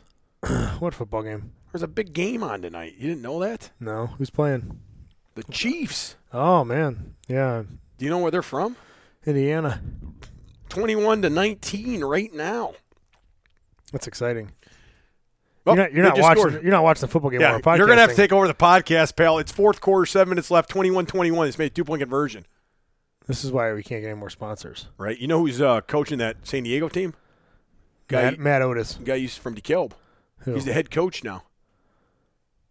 S3: What football game?
S2: There's a big game on tonight. You didn't know that?
S3: No, who's playing?
S2: The Chiefs.
S3: Oh man, yeah,
S2: Do you know where they're from?
S3: Indiana.
S2: 21 to 19 right now.
S3: That's exciting.
S2: Well,
S3: you're not, you're
S2: they
S3: not
S2: just
S3: watching.
S2: scored.
S3: You're not watching the football game.
S2: Yeah,
S3: on our
S2: you're gonna have to
S3: podcasting.
S2: take over the podcast, pal. It's fourth quarter, seven minutes left, 21-21. It's made a two point conversion,
S3: This is why we can't get any more sponsors.
S2: right? You know who's uh, coaching that San Diego team? Guy,
S3: Matt, Matt Otis,
S2: guy used from DeKalb.
S3: who?
S2: He's the head coach now.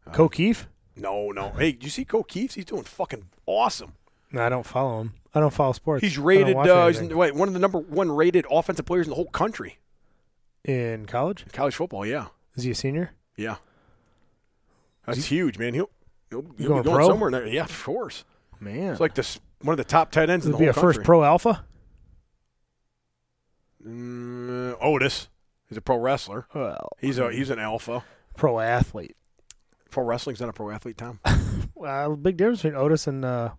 S2: Uh,
S3: Cokeef.
S2: No, no. Hey, did you see Cole Keefs? He's doing fucking awesome.
S3: No, I don't follow him. I don't follow sports. I
S2: He's
S3: don't
S2: rated.
S3: watch
S2: Uh, he's
S3: anything.
S2: wait, one of the number one rated offensive players in the whole country.
S3: in college.
S2: College football, yeah,
S3: Is he a senior?
S2: yeah. That's huge, man. He'll he'll, he'll
S3: going
S2: be going
S3: pro?
S2: somewhere. Now. Yeah, of course.
S3: Man,
S2: It's like this one of the top tight ends in
S3: This
S2: the
S3: would be
S2: whole
S3: a first
S2: country.
S3: pro alpha.
S2: Mm, Otis is a pro wrestler.
S3: Well,
S2: He's a he's an alpha.
S3: pro athlete.
S2: Pro wrestling's not a pro athlete, Tom.
S3: Well, big difference between Otis and uh,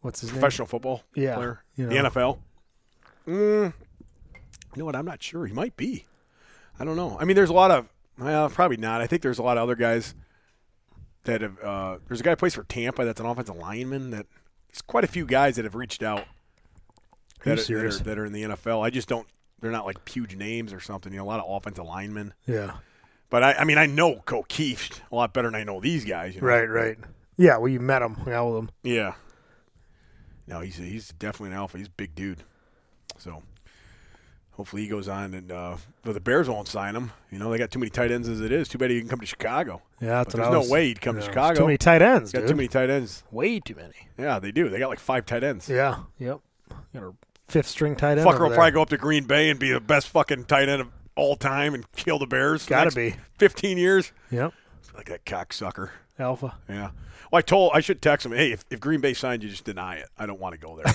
S3: what's his
S2: Professional football
S3: Yeah,
S2: player.
S3: you
S2: The
S3: know.
S2: NFL. Mm, you know what? I'm not sure. He might be. I don't know. I mean, there's a lot of. Well, probably not. I think there's a lot of other guys that have. Uh, there's a guy who plays for Tampa that's an offensive lineman. That there's quite a few guys that have reached out.
S3: you
S2: That are,
S3: serious?
S2: that, are, that are in the NFL. I just don't. They're not like huge names or something. You know, a lot of offensive linemen.
S3: name? Yeah.
S2: But I, I mean, I know O'Keefe a lot better than I know these guys. You know?
S3: Right, right. Yeah, well, you met him, hung out with him.
S2: Yeah. No, he's he's definitely an alpha. He's a big dude. So hopefully he goes on and uh, well, the Bears won't sign him. You know, they got too many tight ends as it is. Too bad he can come to Chicago.
S3: Yeah, that's
S2: But
S3: what I
S2: there's no
S3: was-
S2: way he'd come to
S3: there's
S2: Chicago.
S3: Too many tight ends,
S2: Got
S3: dude.
S2: too many tight ends.
S3: way too many.
S2: Yeah, they do. They got like five tight ends.
S3: Yeah. Yep. Got a fifth string tight end.
S2: Fucker
S3: over
S2: will
S3: there.
S2: probably go up to Green Bay and be the best fucking tight end of all time and kill the Bears. for the
S3: Gotta
S2: next
S3: be.
S2: Fifteen years.
S3: Yep.
S2: Like that cocksucker.
S3: Alpha.
S2: Yeah. Well, I told I should text him. Hey, if, if Green Bay signed you, just deny it. I don't want to go there.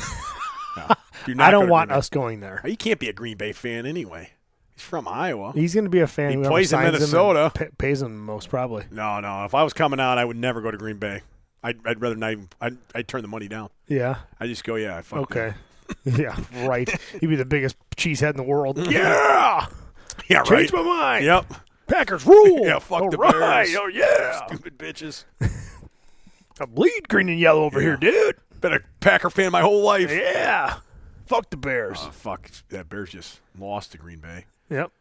S2: No. Do not go
S3: I don't
S2: to
S3: want
S2: Green Bay.
S3: us going there.
S2: He can't be a Green Bay fan anyway. He's from Iowa.
S3: He's going to be a fan.
S2: He
S3: whoever
S2: plays in
S3: signs him and
S2: Minnesota.
S3: pa- pays him most probably.
S2: No, no. If I was coming out, I would never go to Green Bay. I'd, I'd rather not even. I'd, I'd turn the money down.
S3: Yeah.
S2: I just go, yeah. Fuck
S3: Okay. yeah. Right. He'd be the biggest cheesehead in the world.
S2: that. Yeah. Yeah. Mm-hmm. Right.
S3: Change my mind.
S2: Yep.
S3: Packers rule.
S2: Yeah. Fuck
S3: All
S2: the
S3: right.
S2: Bears.
S3: Oh yeah.
S2: Stupid bitches.
S3: I bleed green and yellow over here, dude.
S2: Been a Packer fan my whole life.
S3: Yeah. Fuck the Bears.
S2: Oh, fuck that Bears just lost to Green Bay.
S3: yep.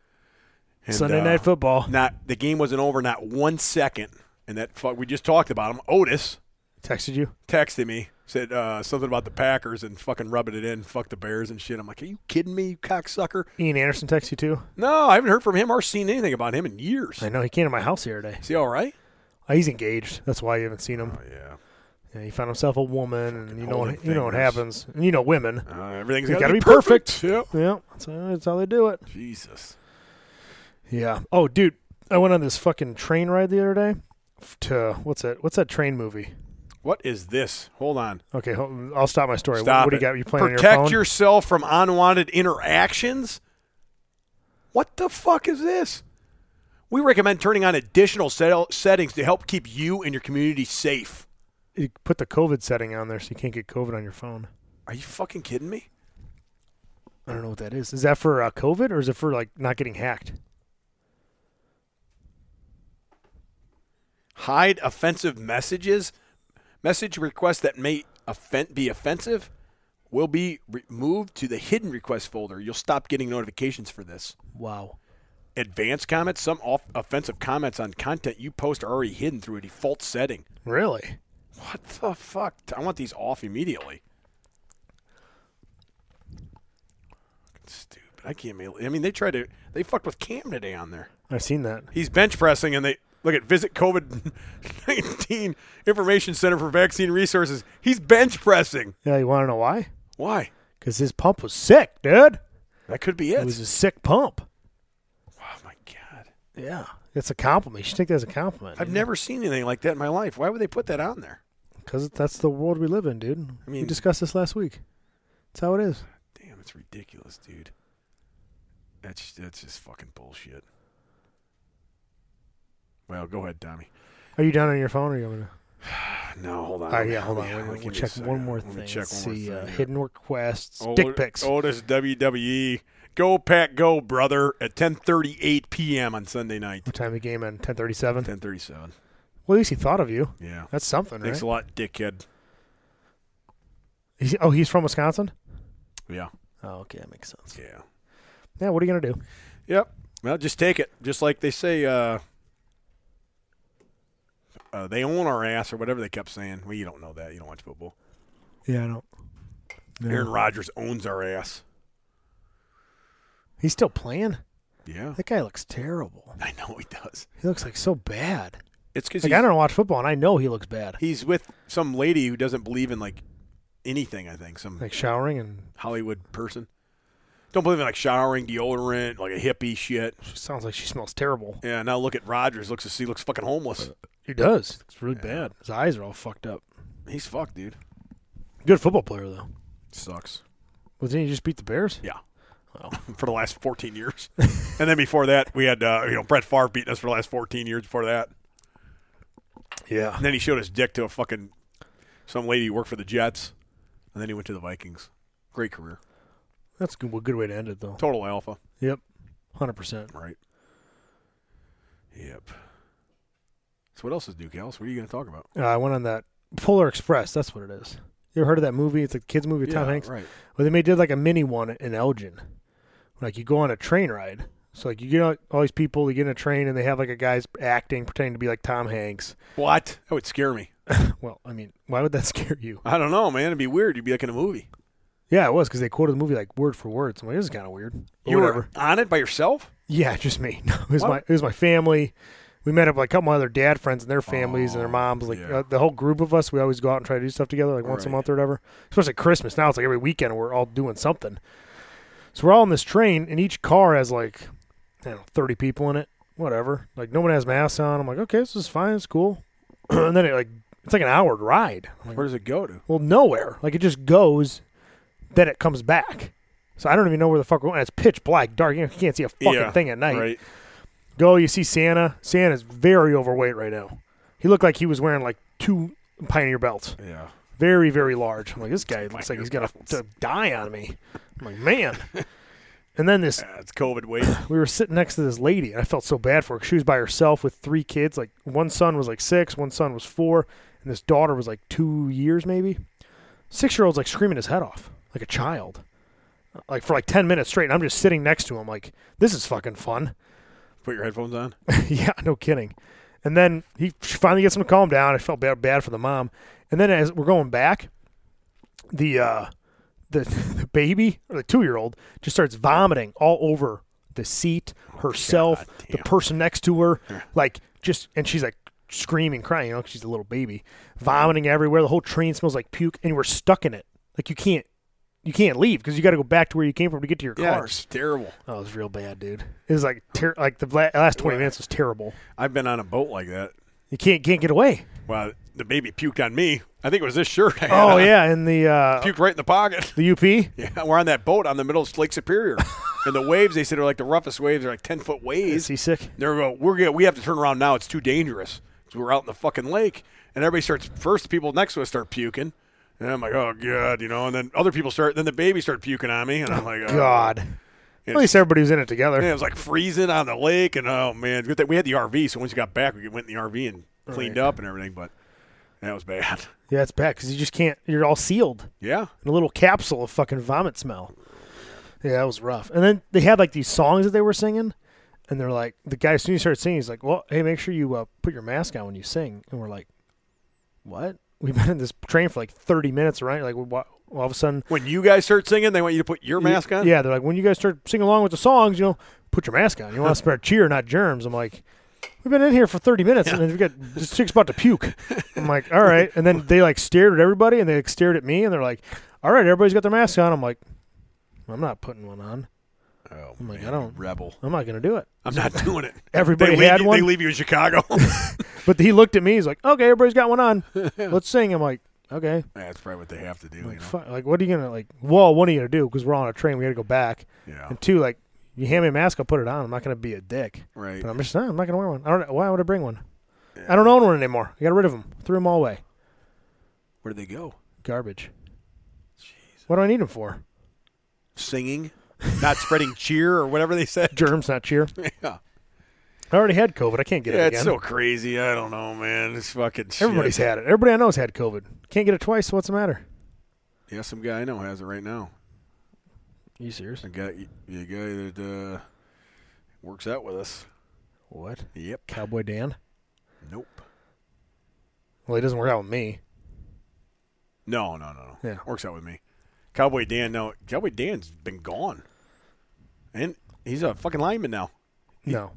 S2: And,
S3: Sunday
S2: uh,
S3: night football.
S2: Not the game wasn't over. Not one second. And that fuck we just talked about him. Otis
S3: Texted you.
S2: texted me, said uh, something about the Packers and fucking rubbing it in, fuck the Bears and shit. I'm like, are you kidding me, you cocksucker?
S3: Ian Anderson texted you too.
S2: No, I haven't heard from him or seen anything about him in years.
S3: I know he came to my house the other day.
S2: Is he all right?
S3: Uh, He's engaged. That's why you haven't seen him.
S2: Yeah.
S3: Yeah, he found himself a woman, and you know
S2: holding
S3: what, you know what
S2: fingers.
S3: happens. And you know women. uh,
S2: Uh, everything's
S3: They
S2: got to
S3: gotta
S2: be
S3: be perfect.
S2: perfect. Yep.
S3: Yeah, that's, that's how they do it.
S2: Jesus.
S3: Yeah. Oh, dude, I went on this fucking train ride the other day f- to what's that? What's that train movie?
S2: What is this? Hold on.
S3: Okay, hold- I'll stop my story. What-
S2: Stop
S3: what, do
S2: it.
S3: you got? You playing
S2: Protect
S3: on your phone?
S2: yourself from unwanted interactions? What the fuck is this? We recommend turning on additional sell- settings to help keep you and your community safe.
S3: you put the COVID setting on there so you can't get COVID on your phone.
S2: Are you fucking kidding me?
S3: I don't know what that is. Is that for uh, COVID or is it for like not getting hacked?
S2: Hide offensive messages. Message requests that may offend, be offensive will be removed to the hidden request folder. You'll stop getting notifications for this.
S3: Wow.
S2: Advanced comments. Some off- offensive comments on content you post are already hidden through a default setting.
S3: Really?
S2: What the fuck? I want these off immediately. Stupid. I can't. ma- I mean, they tried to. They fucked with Cam today on there.
S3: I've seen that.
S2: He's bench pressing, and they look at visit COVID nineteen information center for vaccine resources. He's bench pressing.
S3: Yeah, you want to know why?
S2: Why?
S3: Because his pump was sick, dude.
S2: That could be it.
S3: It was a sick pump.
S2: oh my god!
S3: Yeah. It's a compliment. You should take that as a compliment.
S2: I've never seen anything like that in my life. Why would they put that on there?
S3: Because that's the world we live in, dude.
S2: I mean-
S3: we discussed this last week. That's how it is.
S2: Damn, it's ridiculous, dude. That's that's just fucking bullshit. Well, go ahead, Tommy.
S3: Are you down on your phone or you want to?
S2: No, hold on.
S3: All right, Uh, yeah, hold on.
S2: Yeah,
S3: Wait,
S2: give
S3: we'll
S2: me a
S3: check
S2: second.
S3: one more
S2: Let me
S3: thing. Oh,
S2: check
S3: Let's
S2: one more
S3: see, uh,
S2: thing here.
S3: hidden requests,
S2: Old-
S3: dick pics.
S2: Oldest WWE. Go Pack Go, brother, at 10:38 p.m. on Sunday night.
S3: What time the game end? Ten thirty-seven.
S2: 10:37.
S3: Well, at least he thought of you.
S2: Yeah.
S3: That's something,
S2: Thanks
S3: right?
S2: a lot, dickhead.
S3: He's- oh, he's from Wisconsin.
S2: Yeah.
S3: Oh, okay, that makes sense.
S2: Yeah.
S3: Yeah, what are you gonna do?
S2: Yep. Well, just take it. Just like they say, uh, uh, they own our ass or whatever they kept saying. Well, you don't know that. You don't watch football.
S3: Yeah, I don't.
S2: Aaron Rodgers owns our ass.
S3: He's still playing.
S2: Yeah.
S3: That guy looks terrible.
S2: I know he does.
S3: He looks like so bad.
S2: It's because
S3: Like I don't watch football, and I know he looks bad.
S2: he's with some lady who doesn't believe in like anything. I think some
S3: Like showering, and
S2: Hollywood person. Don't believe in like showering, deodorant, like a hippie shit.
S3: she sounds like she smells terrible.
S2: Yeah. Now look at Rogers. Looks as he looks fucking homeless.
S3: He does. It's really bad. His eyes are all fucked up.
S2: He's fucked, dude.
S3: Good football player though.
S2: Sucks.
S3: Well, didn't he just beat the Bears?
S2: Yeah.
S3: Wow.
S2: for the last 14 years, and then before that, we had uh, you know Brett Favre beating us for the last 14 years. Before that,
S3: Yeah.
S2: and then he showed his dick to a fucking some lady who worked for the Jets, and then he went to the Vikings. Great career,
S3: That's a good, well, good way to end it though.
S2: total alpha,
S3: Yep. Hundred percent.
S2: right? Yep. So what else is new, Gals? What are you going to talk about?
S3: Uh, I went on that Polar Express. That's what it is. You ever heard of that movie? It's a kids movie with Tom Hanks.
S2: right.
S3: Well, they made did like a mini one in Elgin. Like you go on a train ride. So like you get all- all these people, you get in a train, and they have like a guy's acting, pretending to be like Tom Hanks.
S2: What? That would scare me.
S3: Well, I mean, why would that scare you?
S2: I don't know, man. It'd be weird. You'd be like in a movie.
S3: Yeah, it was because they quoted the movie like word for word. So I'm like, this is kind of weird. But
S2: You
S3: whatever.
S2: were on it by yourself.
S3: Yeah, just me. No, it was
S2: What?
S3: my it was my family. We met up with a couple other dad friends and their families and their moms. Like
S2: yeah.
S3: uh, the whole group of us, we always go out and try to do stuff together, like once a
S2: Right.
S3: month or whatever. Especially Christmas now, it's like every weekend we're all doing something. So we're all on this train, and each car has like I don't know, thirty people in it. Whatever. Like no one has masks on. I'm like, okay, this is fine. It's cool. and then it like it's like an hour ride. I'm like,
S2: Where does it go to?
S3: well, nowhere. Like it just goes, then it comes back. So I don't even know where the fuck we're going. It's pitch black, dark. You can't see a fucking
S2: Yeah,
S3: thing at night
S2: Right.
S3: go you see santa santa's very overweight right now he looked like he was wearing like two pioneer belts
S2: Yeah.
S3: very very large i'm like this guy looks like he's gonna to die on me i'm like man and then this
S2: Yeah, Ah, it's COVID weight.
S3: we were sitting next to this lady and i felt so bad for her 'cause she was by herself with three kids like one son was like six one son was four and this daughter was like two years maybe six year old's like screaming his head off like a child like for like 10 minutes straight and i'm just sitting next to him like this is fucking fun
S2: Put your headphones on.
S3: yeah, no kidding. And then he she finally gets him to calm down. I felt bad, bad for the mom. And then as we're going back, the uh, the the baby or the two year old just starts vomiting all over the seat, herself,
S2: God
S3: the
S2: damn.
S3: person next to her, like just and she's like screaming, crying, you know, 'cause she's a little baby, vomiting everywhere. The whole train smells like puke, and we're stuck in it. Like you can't you can't leave because you got to go back to where you came from to get to your
S2: Yeah,
S3: car.
S2: it's terrible.
S3: Oh, it was real bad, dude. It was like ter- like the la- last twenty minutes was terrible.
S2: I've been on a boat like that.
S3: You can't can't get away.
S2: Well, the baby puked on me. I think it was this shirt. I had
S3: Oh
S2: on.
S3: yeah, and the uh,
S2: puked right in the pocket.
S3: the UP.
S2: Yeah, we're on that boat on the middle of Lake Superior, and the waves they said are like the roughest waves. They're like ten foot
S3: Is
S2: waves.
S3: he sick?
S2: They're go, we're gonna, we have to turn around now. It's too dangerous. So we're out in the fucking lake, and everybody starts. First, people next to us start puking, and I'm like, oh god, you know. And then other people start. Then the baby started puking on me, and I'm like, oh.
S3: God. At least everybody was in it together.
S2: And it was like freezing on the lake, and oh man, good thing we had the RV. So once you got back, we went in the RV and cleaned up and everything. But that was bad.
S3: Yeah, it's bad because you just can't. You're all sealed
S2: Yeah,
S3: in a little capsule of fucking vomit smell. Yeah, that was rough. And then they had like these songs that they were singing, and they're like, the guy as soon as he started singing, he's like, "Well, hey, make sure you uh, put your mask on when you sing." And we're like, "What? We've been in this train for like 30 minutes, right?" Like, what? All of a sudden,
S2: when you guys start singing, they want you to put your mask on.
S3: Yeah, they're like, when you guys start singing along with the songs, you know, put your mask on. You want to spread cheer, not germs. I'm like, we've been in here for 30 minutes, and then we got this chick's about to puke. I'm like, all right. And then they like stared at everybody, and they like, stared at me, and they're like, all right, everybody's got their mask on. I'm like, I'm not putting one on.
S2: Oh,
S3: I'm like,
S2: man,
S3: I don't-
S2: rebel.
S3: I'm not gonna do it.
S2: I'm not doing it.
S3: Everybody
S2: they leave
S3: had
S2: you,
S3: one,
S2: They leave you in Chicago. Yeah,
S3: but he looked at me. He's like, okay, everybody's got one on. Let's sing. I'm like, okay.
S2: That's probably what they have to do.
S3: Like,
S2: you know?
S3: fu- like, what are you gonna like? Well, what are you gonna do? Because we're on a train, we gotta go back.
S2: Yeah.
S3: And two, like, you hand me a mask, I'll put it on. I'm not gonna be a dick.
S2: Right.
S3: But I'm just, "Nah, I'm not gonna wear one. I don't. know. Why would I bring one? I don't own one anymore. I got rid of them. Threw them all away.
S2: Where do they go?
S3: Garbage. What do I need them for?
S2: Singing, not spreading cheer or whatever they said.
S3: Germs, not cheer.
S2: Yeah,
S3: I already had COVID. I can't get
S2: yeah,
S3: it
S2: it's
S3: again.
S2: so crazy. I don't know, man. It's fucking. shit.
S3: Everybody's had it. Everybody I know's had COVID. Can't get it twice. So what's the matter?
S2: Yeah, some guy I know has it right now.
S3: Are you serious?
S2: A guy, a guy that uh, works out with us.
S3: What?
S2: Yep.
S3: Cowboy Dan?
S2: Nope.
S3: Well, he doesn't work out with me.
S2: No, no, no, no.
S3: Yeah.
S2: Works out with me. Cowboy Dan. No, Cowboy Dan's been gone, and he's a fucking lineman now.
S3: No.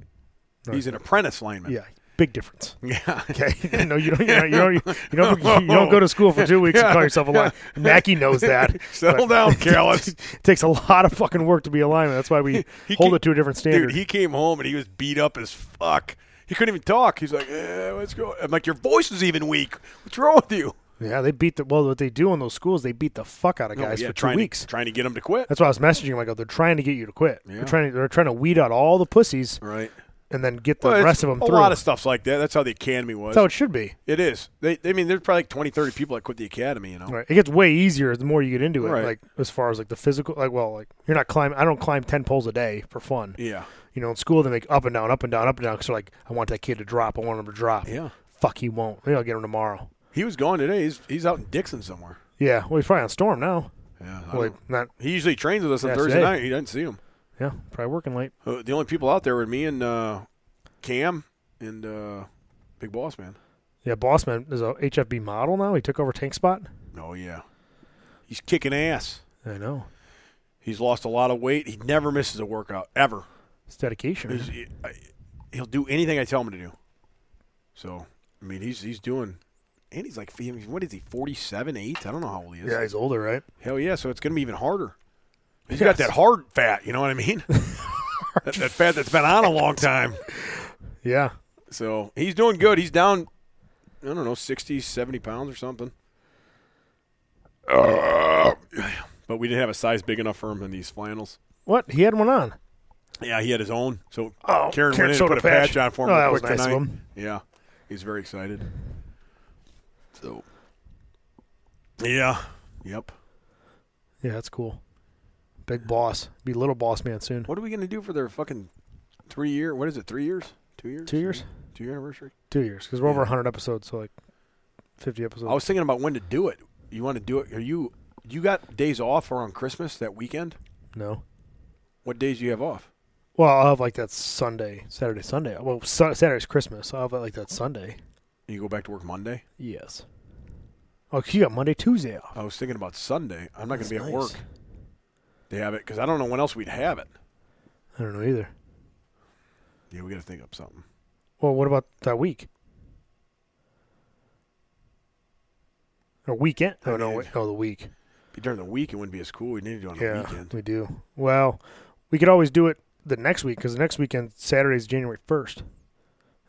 S3: No,
S2: He's an apprentice lineman.
S3: Yeah. Big difference.
S2: Yeah.
S3: Okay. no, you don't. You don't. You don't, you don't, you don't go to school for two weeks and call yourself a lion. Mackey knows that.
S2: Settle
S3: But-
S2: down, Callis.
S3: It takes a lot of fucking work to be a lineman. That's why we
S2: He
S3: hold
S2: ca-
S3: it to a different standard.
S2: Dude, he came home and he was beat up as fuck. He couldn't even talk. He's like, eh, let's go. I'm like, your voice is even weak. What's wrong with you?
S3: yeah, they beat the well. What they do in those schools, they beat the fuck out of
S2: No,
S3: guys
S2: Oh, yeah,
S3: for two
S2: trying
S3: weeks.
S2: To, trying to get him to quit.
S3: That's why I was messaging him. I go, they're trying to get you to quit.
S2: Yeah.
S3: They're trying. To, they're trying to weed out all the pussies
S2: Right.
S3: and then get the rest of them
S2: a
S3: through.
S2: lot of stuff's like that. That's how the academy was.
S3: That's how it should be.
S2: it is. They, I mean, there's probably like 20, 30 people that quit the academy, you know?
S3: Right. It gets way easier the more you get into it.
S2: Right.
S3: Like as far as like the physical, like well, like you're not climbing. I don't climb ten poles a day for fun.
S2: Yeah.
S3: You know, in school they make up and down, up and down, up and down. Because they're like, I want that kid to drop. I want him to drop.
S2: Yeah.
S3: Fuck, he won't. Maybe I'll get him tomorrow.
S2: He was gone today. He's, he's out in Dixon somewhere.
S3: Yeah. Well, he's probably on storm now.
S2: Yeah. I
S3: Well,
S2: don't-
S3: he- not.
S2: he usually trains with us on
S3: Yeah,
S2: Thursday
S3: today.
S2: night. He didn't see him.
S3: Yeah. Probably working late.
S2: Uh, The only people out there were me and uh, Cam and uh, Big Boss Man.
S3: Yeah. Bossman is a HFB model now. He took over tank spot.
S2: Oh yeah, he's kicking ass.
S3: I know.
S2: He's lost a lot of weight. He never misses a workout ever.
S3: It's dedication. man.
S2: He's- he- I- he'll do anything I tell him to do. So I mean, he's he's doing, and he's like, I mean, what is he? Forty seven, eight? I don't know how old he is.
S3: Yeah, he's older, right?
S2: Hell yeah! So it's gonna be even harder. He's
S3: Yes.
S2: got that hard fat. You know what I mean? that, that fat that's been on a long time.
S3: Yeah.
S2: So he's doing good. He's down, I don't know, 60, 70 pounds or something. Uh, but we didn't have a size big enough for him in these flannels.
S3: What? He had one on.
S2: Yeah, he had his own. So
S3: Oh,
S2: Karen
S3: Karen
S2: went in
S3: sewed
S2: and put
S3: a
S2: a patch.
S3: patch.
S2: on for him
S3: Oh,
S2: real
S3: that was
S2: quick
S3: nice of
S2: tonight.
S3: him.
S2: Yeah, he's very excited. So, yeah, yep.
S3: Yeah, that's cool. Big boss. Be little boss man soon.
S2: What are we going to do for their fucking three year? What is it? Three years? Two years?
S3: Two years?
S2: Two year anniversary?
S3: Two years, because we're over over 100 episodes, so like 50 episodes.
S2: I was thinking about when to do it. You want to do it? Are you you got days off around Christmas that weekend?
S3: no.
S2: What days do you have off?
S3: Well, I'll have like that Sunday, Saturday, Sunday. Well, Su- Saturday's Christmas. so I'll have like that Sunday.
S2: You go back to work Monday.
S3: Yes. Oh, 'cause you got Monday, Tuesday off.
S2: I was thinking about Sunday. I'm not going to be at
S3: That's
S2: work.
S3: nice.
S2: They have it because I don't know when else we'd have it.
S3: I don't know either.
S2: Yeah, we got to think up something.
S3: Well, what about that week? Or weekend? Oh, no,
S2: mean- Oh,
S3: wait, no, Oh, the week.
S2: during the week, it wouldn't be as cool. We need to do it on the
S3: Yeah,
S2: weekend.
S3: we do. Well, we could always do it the next week because the next weekend Saturday is January first,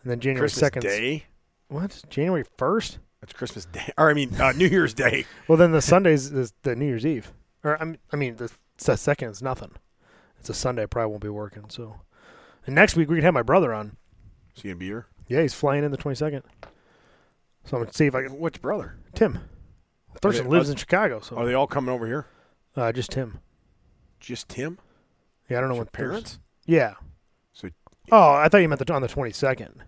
S3: and then January
S2: Christmas
S3: second.
S2: Day.
S3: What? January first?
S2: That's Christmas Day, or I mean uh, New Year's Day.
S3: Well, then the Sundays is the New Year's Eve, or I'm- I mean the, the second is nothing. It's a Sunday. I probably won't be working. So, and next week we could have my brother on.
S2: Is he gonna be here?
S3: Yeah, he's flying in the twenty second. So I'm gonna see if I can.
S2: Which brother?
S3: Tim. Thurston
S2: they-
S3: lives
S2: are-
S3: in Chicago, so
S2: Are they all coming over here?
S3: uh, just Tim.
S2: Just Tim?
S3: Yeah, I don't know
S2: Your
S3: when Thurston-
S2: parents?
S3: Yeah.
S2: So
S3: Oh, I thought you meant the, on the twenty second.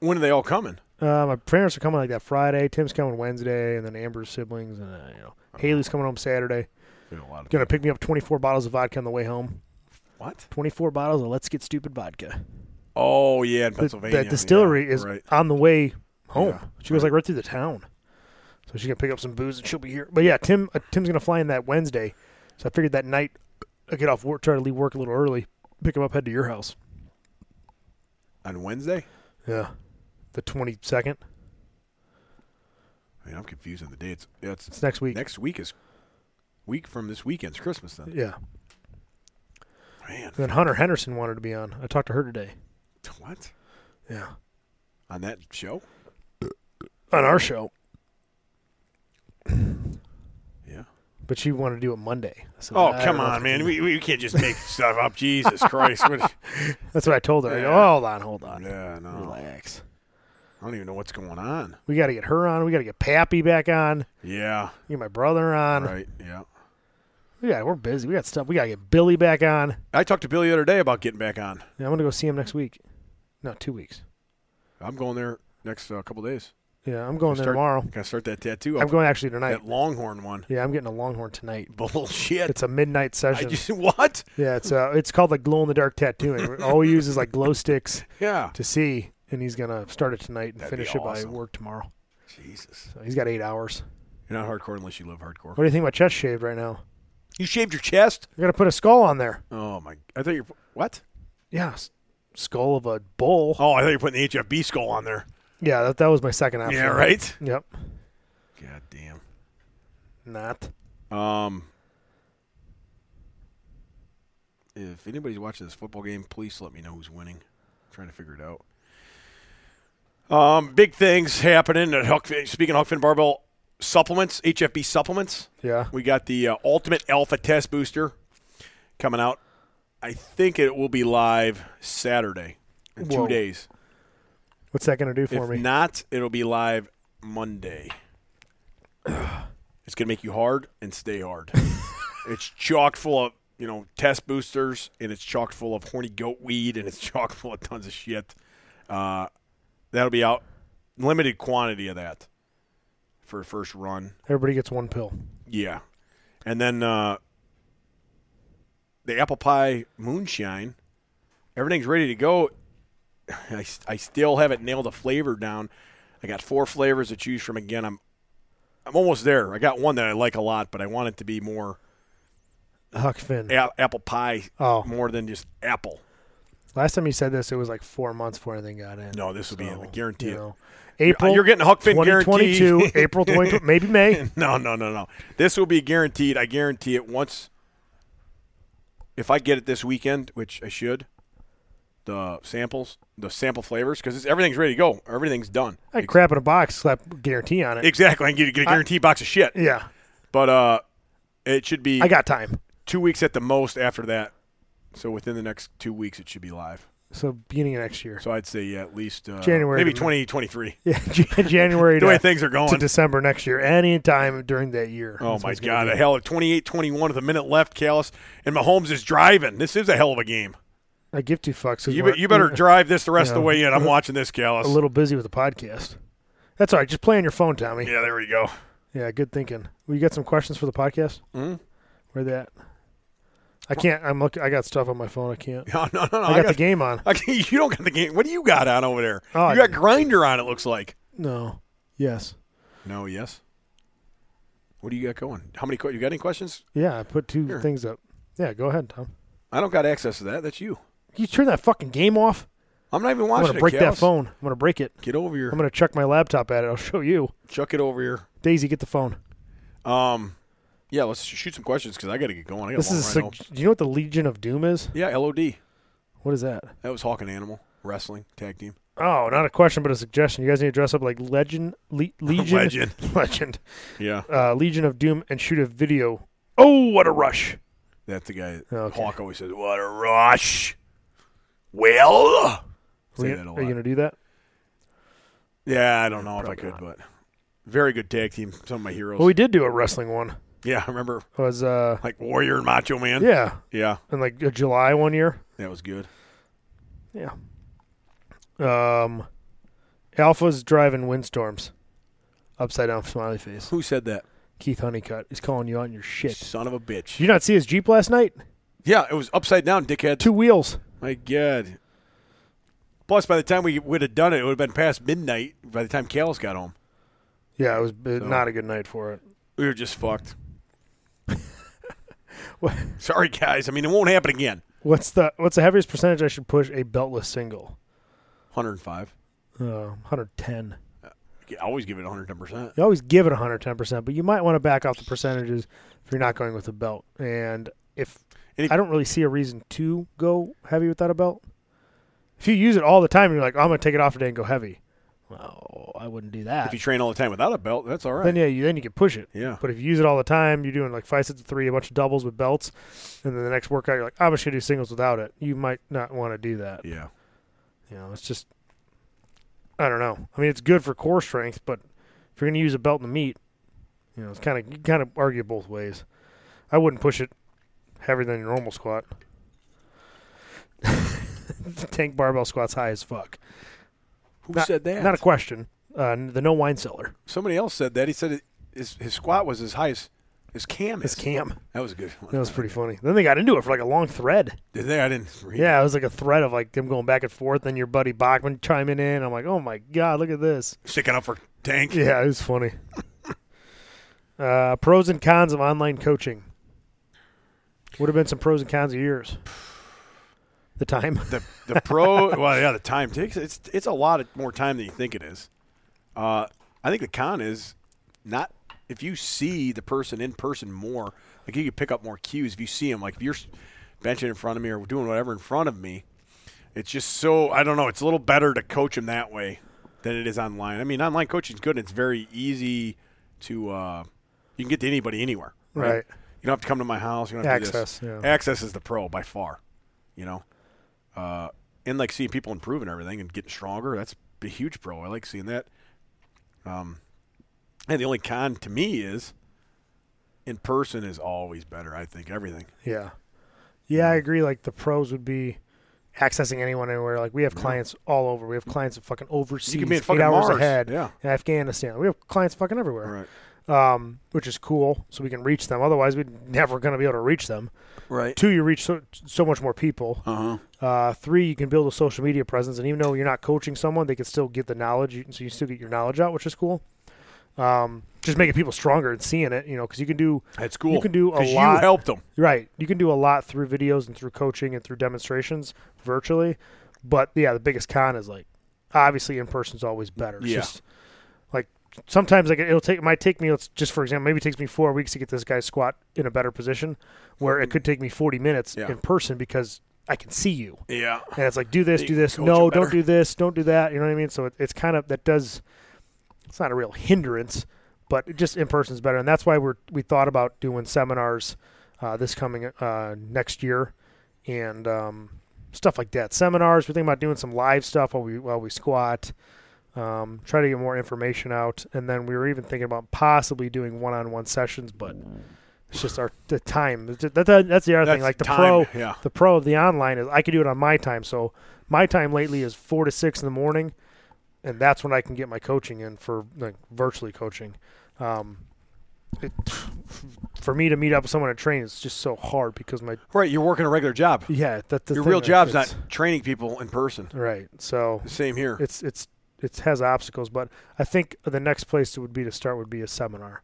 S2: when are they all coming?
S3: Uh, my parents are coming like that Friday. Tim's coming Wednesday, and then Amber's siblings, and uh, you know
S2: Uh-huh.
S3: Haley's coming home Saturday.
S2: There's a lot of
S3: Gonna pick me up twenty four bottles of vodka on the way home.
S2: what?
S3: Twenty four bottles of Let's Get Stupid vodka.
S2: Oh yeah, in
S3: The,
S2: Pennsylvania.
S3: that distillery
S2: Yeah,
S3: is
S2: right.
S3: on the way home.
S2: Yeah,
S3: she goes like right through the town, so she's gonna pick up some booze and she'll be here. But yeah, Tim uh, Tim's gonna fly in that Wednesday, so I figured that night I get off work, try to leave work a little early, pick him up, head to your house.
S2: on Wednesday.
S3: Yeah, the twenty second.
S2: I mean, I'm confused on the dates. Yeah, it's,
S3: It's next week.
S2: next week is week from this weekend's Christmas then.
S3: Yeah.
S2: Man,
S3: And then Hunter Henderson wanted to be on. I talked to her today.
S2: what
S3: Yeah.
S2: on that show?
S3: On our show.
S2: Yeah.
S3: But she wanted to do it Monday. I said,
S2: Oh
S3: "I
S2: come
S3: don't know
S2: on,
S3: if-
S2: man. We, we can't just make stuff up. Jesus Christ. What,
S3: That's what I told her. I go,
S2: Yeah.
S3: oh, hold on, hold on.
S2: yeah, no. I
S3: Relax.
S2: don't even know what's going on.
S3: We got to get her on. We got to get Pappy back on.
S2: Yeah.
S3: Get my brother on.
S2: Right. Yeah.
S3: We got, we're busy. We got stuff. We got to get Billy back on.
S2: I talked to Billy the other day about getting back on.
S3: Yeah, I'm going to go see him next week. No, two weeks.
S2: I'm going there next uh, couple days.
S3: Yeah, I'm going there
S2: Start-
S3: tomorrow.
S2: Gotta start that tattoo.
S3: I'm
S2: Up.
S3: going actually tonight.
S2: That Longhorn one.
S3: Yeah, I'm getting a Longhorn tonight.
S2: Bullshit.
S3: It's a midnight
S2: I
S3: session.
S2: just what?
S3: Yeah, it's uh, it's called like glow in the dark tattooing. All we use is like glow sticks
S2: Yeah.
S3: to see, and he's gonna start it tonight and
S2: That'd
S3: finish
S2: be
S3: it
S2: awesome.
S3: by work tomorrow.
S2: Jesus.
S3: So he's got eight hours.
S2: You're not hardcore unless you live hardcore.
S3: What do you think my chest shaved right now?
S2: You shaved your chest?
S3: We're gonna put a skull on there.
S2: Oh my! I thought you're what?
S3: Yeah, s- skull of a bull.
S2: Oh, I thought you were putting the HFB skull on there.
S3: Yeah, that that was my second option.
S2: Yeah, right.
S3: Yep.
S2: God damn.
S3: Not.
S2: Um, if anybody's watching this football game, please let me know who's winning. I'm trying to figure it out. Um, big things happening at Huck. Speaking of Huck Finn barbell supplements, HFB supplements.
S3: Yeah.
S2: We got the uh, Ultimate Alpha Test Booster coming out. I think it will be live Saturday in
S3: Whoa.
S2: two days.
S3: What's that gonna do for
S2: if
S3: me?
S2: not, it'll be live Monday. it's gonna make you hard and stay hard. it's chock full of you know test boosters, and it's chock full of horny goat weed, and it's chock full of tons of shit. Uh, that'll be out limited quantity of that for first run.
S3: Everybody gets one pill.
S2: Yeah. And then uh, the apple pie moonshine, everything's ready to go. I, s- I still haven't nailed a flavor down. I got four flavors to choose from. Again, I'm I'm almost there. I got one that I like a lot, but I want it to be more
S3: Huck Finn.
S2: a- apple pie,
S3: Oh.
S2: more than just apple.
S3: Last time you said this, it was like four months before anything got in.
S2: No, this will be in. I guarantee
S3: you
S2: it.
S3: know. April.
S2: You're getting a Huck Finn guarantee.
S3: 2022, April 20, maybe May.
S2: No, no, no, no. This will be guaranteed. I guarantee it. Once, if I get it this weekend, which I should, the samples, the sample flavors, because everything's ready to go. Everything's done.
S3: I crap in a box, slap guarantee on it.
S2: Exactly. I can get, get a guaranteed box of shit.
S3: yeah,
S2: But uh, it should be
S3: I got time.
S2: two weeks at the most after that. So within the next two weeks, it should be live.
S3: So beginning of next year.
S2: So I'd say yeah, at least uh,
S3: January
S2: maybe
S3: to-
S2: 2023.
S3: Yeah, Jan- January
S2: The way
S3: to,
S2: things are going.
S3: to December next year. Any time during that year.
S2: Oh
S3: That's what
S2: my
S3: it's gonna
S2: God!
S3: be.
S2: A hell of 28-21 with a minute left, Callis, and Mahomes is driving. This is a hell of a game.
S3: I give two fucks. 'cause
S2: You,
S3: we're-
S2: be, you better
S3: we're
S2: drive this the rest of
S3: Yeah.
S2: the way in. I'm watching this, Callis.
S3: A little busy with the podcast. That's all right. Just play on your phone, Tommy. Yeah,
S2: Yeah, there we go.
S3: good thinking. Well, you got some questions for the podcast?
S2: Mhm.
S3: Where that? I can't. I'm looking. I got stuff on my phone. I can't.
S2: No, no, no. no.
S3: I got, the game on.
S2: I can't- you don't got the game. What do you got on over there?
S3: Oh, I-
S2: you got grinder on. It looks like.
S3: No. Yes.
S2: No. Yes. What do you got going? How many? que- You got any questions?
S3: Yeah, I put two
S2: Here.
S3: things up. Yeah, go ahead, Tom.
S2: I don't got access to that. That's you.
S3: Can you turn that fucking game off?
S2: I'm not even
S3: I'm
S2: watching.
S3: gonna break
S2: it,
S3: that
S2: Callis.
S3: phone. I'm gonna break it.
S2: Get over here.
S3: I'm gonna chuck my laptop at it. I'll show you.
S2: Chuck it over here.
S3: Daisy, get the phone.
S2: Um, Yeah, let's sh- shoot some questions because I got to get going. I got
S3: This
S2: a long
S3: is a
S2: ride
S3: sug-
S2: home.
S3: do you know what the Legion of Doom is?
S2: yeah, LOD.
S3: What is that?
S2: That was Hawk and Animal wrestling tag team.
S3: Oh, not a question, but a suggestion. You guys need to dress up like Legend, Le- Legion,
S2: Legend.
S3: Legend,
S2: Yeah,
S3: uh, Legion of Doom, and shoot a video. Oh, what a rush!
S2: that's the guy.
S3: Okay.
S2: Hawk always says, "What a rush." Well,
S3: Are
S2: say
S3: you,
S2: that a
S3: are you
S2: lot.
S3: gonna do that?
S2: Yeah, I don't know if I
S3: Probably
S2: could,
S3: not.
S2: but very good tag team. Some of my heroes.
S3: Well, we did do a wrestling one.
S2: yeah, I remember
S3: It was uh,
S2: like Warrior and Macho Man.
S3: yeah,
S2: yeah,
S3: in like uh, July one year.
S2: that was good.
S3: Yeah. Um, Alpha's driving windstorms. Upside down smiley face.
S2: Who said that?
S3: Keith Honeycutt is calling you out on your shit.
S2: Son of a
S3: Did
S2: bitch.
S3: you not see his Jeep last night?
S2: Yeah, it was upside down, dickhead.
S3: Two wheels.
S2: My God. Plus, by the time we would have done it, it would have been past midnight. By the time Cal's got home,
S3: Yeah, it was uh, not a good night for it.
S2: we were just fucked. Sorry, guys. I mean, it won't happen again.
S3: What's the what's the heaviest percentage I should push a beltless single?
S2: 105.
S3: Uh, 110.
S2: I always give it 110. percent
S3: You always give it 110%, but you might want to back off the percentages if you're not going with a belt. And if
S2: And if-
S3: I don't really see a reason to go heavy without a belt. If you use it all the time, you're like, I'm going to take it off today and go heavy. Well, I wouldn't do that.
S2: If you train all the time without a belt, that's all right.
S3: then yeah, you, then you can push it.
S2: yeah.
S3: But if you use it all the time, you're doing like five sets of three, a bunch of doubles with belts, and then the next workout you're like, I'm just gonna do singles without it. You might not want to do that.
S2: Yeah.
S3: You know, it's just I don't know. I mean, it's good for core strength, but if you're gonna use a belt in the meet, you know, it's kind of you kind of argue both ways. I wouldn't push it heavier than your normal squat. Tank barbell squats high as fuck.
S2: Who
S3: Not-
S2: said that?
S3: Not a question. Uh, the no wine cellar.
S2: Somebody else said that. He said it, his, his squat was as high as his cam.
S3: It's
S2: is.
S3: cam.
S2: That was a good one.
S3: That was pretty funny. Then they got into it for like a long thread.
S2: Did they? I didn't read
S3: Yeah, it was like a thread of like them going back and forth, and your buddy Bachman chiming in. I'm like, oh my god, look at this.
S2: it. Sticking up for Tank.
S3: Yeah, it was funny. uh, pros and cons of online coaching. Would have been some pros and cons of yours. The time.
S2: the the pro well yeah the time takes it's it's a lot of more time than you think it is uh i think the con is not if you see the person in person more like you could pick up more cues if you see him like if you're s- benching in front of me or doing whatever in front of me it's just so i don't know it's a little better to coach him that way than it is online i mean online coaching's good and it's very easy to uh you can get to anybody anywhere right,
S3: Right.
S2: you don't have to come to my house you don't have to do this.
S3: Access, yeah.
S2: access is the pro by far you know uh, and like seeing people improving everything and getting stronger. That's a huge pro. I like seeing that. Um, and the only con to me is in person is always better. I think everything.
S3: Yeah. Yeah, I agree. Like the pros would be accessing anyone anywhere. Like we have clients all over. We have clients in fucking overseas,
S2: be in fucking
S3: eight hours
S2: Mars.
S3: ahead.
S2: Yeah.
S3: in Afghanistan. We have clients fucking everywhere.
S2: Right.
S3: um, which is cool. So we can reach them. Otherwise, we're never going to be able to reach them.
S2: Right.
S3: Two, you reach so, so much more people.
S2: Uh huh.
S3: Uh, three, you can build a social media presence, and even though you're not coaching someone, they can still get the knowledge. You, so you still get your knowledge out, which is cool. Um, just making people stronger and seeing it, you know, because you can do
S2: That's cool.
S3: You can do a
S2: 'Cause You
S3: lot.
S2: helped them.
S3: right. You can do a lot through videos and through coaching and through demonstrations virtually. But yeah, the biggest con is like obviously in person's always better. It's
S2: Yeah.
S3: just like sometimes like it'll take it might take me let's just for example, maybe it takes me four weeks to get this guy squat in a better position where it could take me forty minutes
S2: Yeah.
S3: in person because I can see you.
S2: Yeah.
S3: And it's like do this,
S2: You
S3: do
S2: can
S3: this,
S2: coach
S3: no,
S2: him
S3: don't
S2: better.
S3: do this, don't do that. You know what I mean? So it, it's kind of that does it's not a real hindrance, but it just in person's better, and that's why we're we thought about doing seminars uh, this coming uh, next year and um, stuff like that. Seminars. We're thinking about doing some live stuff while we while we squat. Um, try to get more information out, and then we were even thinking about possibly doing one-on-one sessions, but it's just our the time. That, that- that's the other
S2: That's
S3: thing. Like the
S2: time,
S3: pro,
S2: yeah.
S3: the pro of the online is I could do it on my time. So my time lately is four to six in the morning, and that's when I can get my coaching in for like virtually coaching. Um, it, for me to meet up with someone and train is just so hard because my
S2: Right. You're working a regular job.
S3: yeah that the
S2: Your
S3: thing,
S2: real
S3: like,
S2: job's
S3: it's-
S2: not training people in person.
S3: right. So
S2: Same here.
S3: it's it's it has obstacles, but I think the next place it would be to start would be a seminar,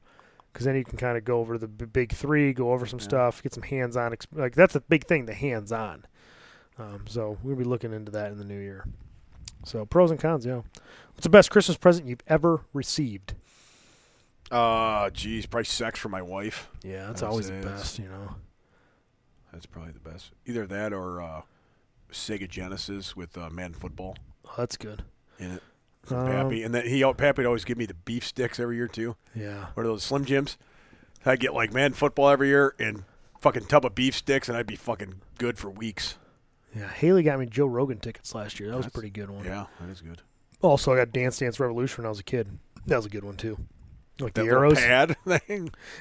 S3: because then you can kind of go over the b- big three, go over some stuff, get some hands-on. Exp- like that's a big thing, the hands-on. Um, so we'll be looking into that in the new year. So pros and cons, yeah. What's the best Christmas present you've ever received?
S2: Uh, geez, probably sex for my wife.
S3: Yeah, that's
S2: I'd
S3: always
S2: say
S3: the
S2: that's-
S3: best, you know.
S2: That's probably the best. Either that or uh, Sega Genesis with uh, Madden Football
S3: Oh, that's good.
S2: in it.
S3: Um,
S2: Pappy, and then he Pappy would always give me the beef sticks every year too.
S3: Yeah.
S2: What are those Slim Jims? I get like Madden Football every year and fucking tub of beef sticks, and I'd be fucking good for weeks.
S3: Yeah. Haley got me Joe Rogan tickets last year. That was a
S2: That's-
S3: pretty good one.
S2: Yeah, that is good.
S3: Also, I got Dance Dance Revolution when I was a kid. That was a good one too. Like
S2: That
S3: the
S2: little
S3: arrows,
S2: pad thing,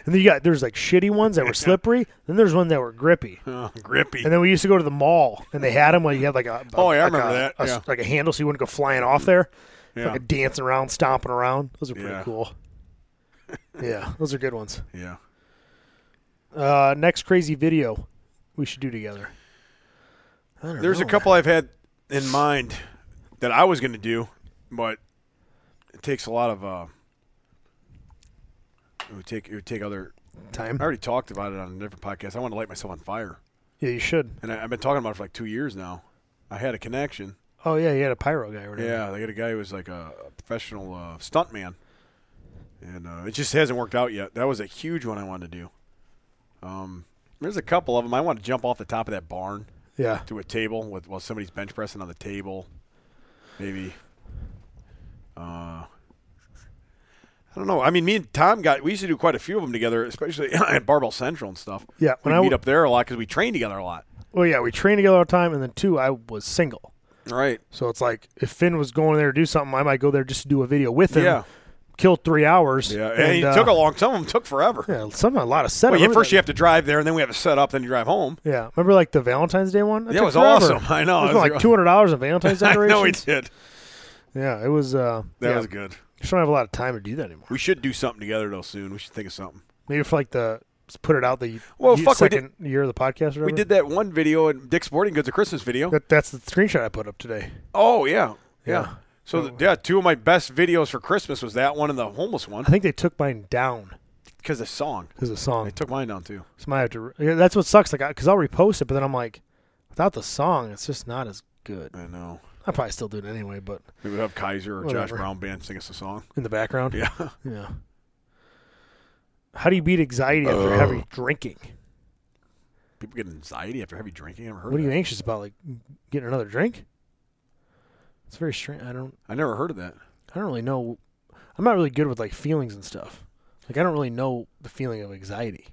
S3: and then you got there's like shitty ones that were slippery. Then there's one that were grippy.
S2: Uh, grippy.
S3: And then we used to go to the mall, and they had them. Like you had like a
S2: Oh, yeah, I
S3: like
S2: remember
S3: a-
S2: that,
S3: a s-
S2: yeah.
S3: like a handle, so you wouldn't go flying off there.
S2: Yeah.
S3: Like a dancing around, stomping around. Those are pretty
S2: Yeah.
S3: cool. yeah, those are good ones.
S2: yeah.
S3: Uh, next crazy video we should do together. I don't
S2: There's
S3: know,
S2: a couple I've had in mind that I was going to do, but it takes a lot of. Uh, it would take it would take other.
S3: man. time.
S2: I already talked about it on a different podcast. I want to light myself on fire,
S3: Yeah, you should.
S2: and I, I've been talking about it for like two years now. I had a connection.
S3: Oh yeah, you had a pyro guy or whatever.
S2: Yeah, they got a guy who was like a, a professional uh, stuntman, and uh, it just hasn't worked out yet. That was a huge one I wanted to do. Um, there's a couple of them. I want to jump off the top of that barn
S3: yeah.
S2: to a table with while somebody's bench pressing on the table. Maybe. Uh, I don't know. I mean, me and Tom got we used to do quite a few of them together, especially at Barbell Central and stuff.
S3: Yeah,
S2: we
S3: when I
S2: meet
S3: w-
S2: up there a lot because we train together a lot.
S3: Well, yeah, we trained together all the time, and then two, I was single.
S2: Right.
S3: So it's like if Finn was going there to do something, I might go there just to do a video with him.
S2: Yeah.
S3: Kill three hours.
S2: Yeah, and, it
S3: uh,
S2: took a long. Some of them took forever.
S3: yeah, some a lot of setup.
S2: Well, yeah,
S3: Remember
S2: first
S3: that-
S2: you have to drive there, and then we have to set up, then you drive home.
S3: Yeah, remember like the Valentine's Day one? That
S2: Yeah, it
S3: took
S2: was
S3: forever.
S2: awesome. I know.
S3: It was
S2: It was
S3: like two hundred dollars in Valentine's
S2: I
S3: decorations.
S2: know we did.
S3: Yeah, it was. Uh,
S2: That
S3: yeah,
S2: was good.
S3: Just don't have a lot of time to do that anymore.
S2: We should do something together though soon. We should think of something.
S3: Maybe for like the just put it out the
S2: Well,
S3: ye-
S2: fuck, we did-
S3: second year of the podcast. Or
S2: We
S3: whatever.
S2: did that one video at Dick's Sporting Goods, a Christmas video.
S3: That, that's the screenshot I put up today.
S2: Oh yeah, yeah.
S3: Yeah.
S2: So th- yeah, two of my best videos for Christmas was that one and the homeless one
S3: I think they took mine down
S2: because the song.
S3: because of the song.
S2: They took mine down too.
S3: So I might have to. re- Yeah, that's what sucks. Like, because I'll repost it, but then I'm like, without the song, it's just not as good.
S2: I know.
S3: I probably still do it anyway, but
S2: We would have Kaiser or
S3: Whatever.
S2: Josh Brown band sing us a song.
S3: in the background,
S2: Yeah.
S3: yeah. How do you beat anxiety after
S2: Oh.
S3: heavy drinking?
S2: People get anxiety after heavy drinking. I never heard.
S3: What are
S2: of
S3: you
S2: that.
S3: anxious about? Like getting another drink? It's very strange. I don't.
S2: I never heard of that.
S3: I don't really know. I'm not really good with like feelings and stuff. Like I don't really know the feeling of anxiety.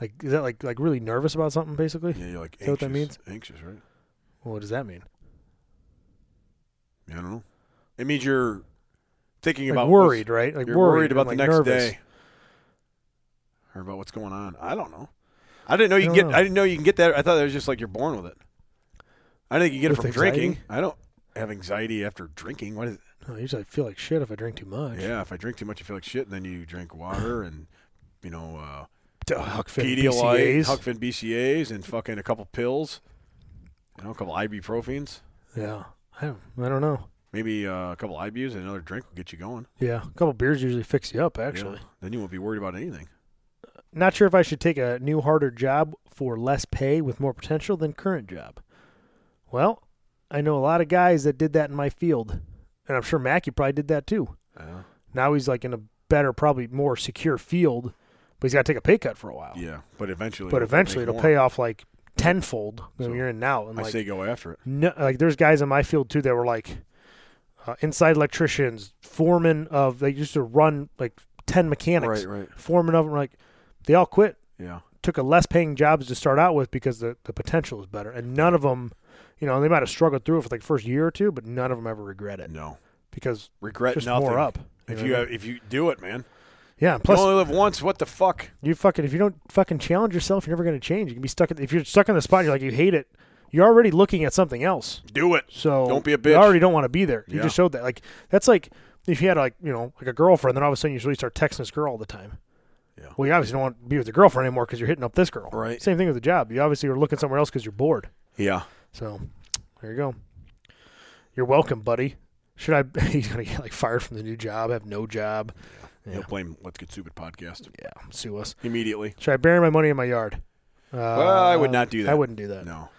S3: Like is that like like really nervous about something basically?
S2: Yeah, you're like
S3: Is that what that
S2: anxious- Anxious, right?
S3: What does that mean?
S2: Yeah, I don't know. It means you're thinking
S3: Like
S2: about what's-
S3: worried, right? Like
S2: You're worried,
S3: and,
S2: about the
S3: like,
S2: next
S3: nervous.
S2: day, or about what's going on. I don't know. I didn't know you
S3: I
S2: can
S3: don't
S2: get.
S3: know.
S2: I didn't know you can get that. I thought it was just like you're born with it. I think you get
S3: With
S2: it from
S3: anxiety?
S2: drinking. I don't have anxiety after drinking. What is?
S3: No, usually I feel like shit if I drink too much.
S2: Yeah, if I drink too much, I feel like shit, and then you drink water and you know uh,
S3: Duh, Huck Finn
S2: Pedialyte,
S3: PCAs.
S2: Huck Finn BCAs, and fucking a couple pills, you know, a couple ibuprofens,
S3: Yeah. I don't, I don't know.
S2: maybe uh, a couple ibus, and another drink will get you going.
S3: Yeah. A couple beers usually fix you up,
S2: you know?
S3: actually.
S2: then you won't be worried about anything.
S3: Not sure if I should take a new, harder job for less pay with more potential than current job. Well, I know a lot of guys that did that in my field. And I'm sure Mac, you probably did that too.
S2: Yeah.
S3: Now he's like in a better, probably more secure field, but he's got to take a pay cut for a while.
S2: Yeah, but eventually,
S3: But
S2: it'll
S3: eventually
S2: make
S3: it'll
S2: more.
S3: pay off like tenfold than
S2: So,
S3: you're in now. And
S2: I
S3: like,
S2: say go after it.
S3: no, like there's guys in my field too that were like uh, inside electricians, foremen of they used to run like ten mechanics,
S2: Right, right.
S3: foreman of them. Like they all quit,
S2: Yeah.
S3: took a less paying jobs to start out with because the the potential is better, and none of them, you know, they might have struggled through it for like first year or two, but none of them ever regret it
S2: No.
S3: because
S2: Uh, Regret
S3: just
S2: nothing.
S3: more up.
S2: If
S3: know
S2: you
S3: what I
S2: have, if you do it, man.
S3: mean? yeah, plus
S2: you
S3: you,
S2: only live once. What the fuck?
S3: fucking if you don't fucking challenge yourself, you're never gonna change. You can be stuck in, if you're stuck in the spot, you're like you hate it. You're already looking at something else.
S2: Do it.
S3: So
S2: Don't be a
S3: You
S2: bitch.
S3: already don't want to be there. You
S2: Yeah.
S3: just showed that. Like that's like if you had like you know like a girlfriend, then all of a sudden you really start texting this girl all the time.
S2: Yeah.
S3: Well, you obviously don't want to be with the girlfriend anymore because you're hitting up this girl.
S2: Right.
S3: Same thing with the job. You obviously are looking somewhere else because you're bored.
S2: Yeah.
S3: So there you go. You're welcome, buddy. Should I? He's gonna get like fired from the new job. Have no job.
S2: He'll blame Let's Get Stupid podcast
S3: Yeah, sue us.
S2: immediately.
S3: Should I bury my money in my yard? Uh,
S2: Well, I would not do that.
S3: I wouldn't do that.
S2: No.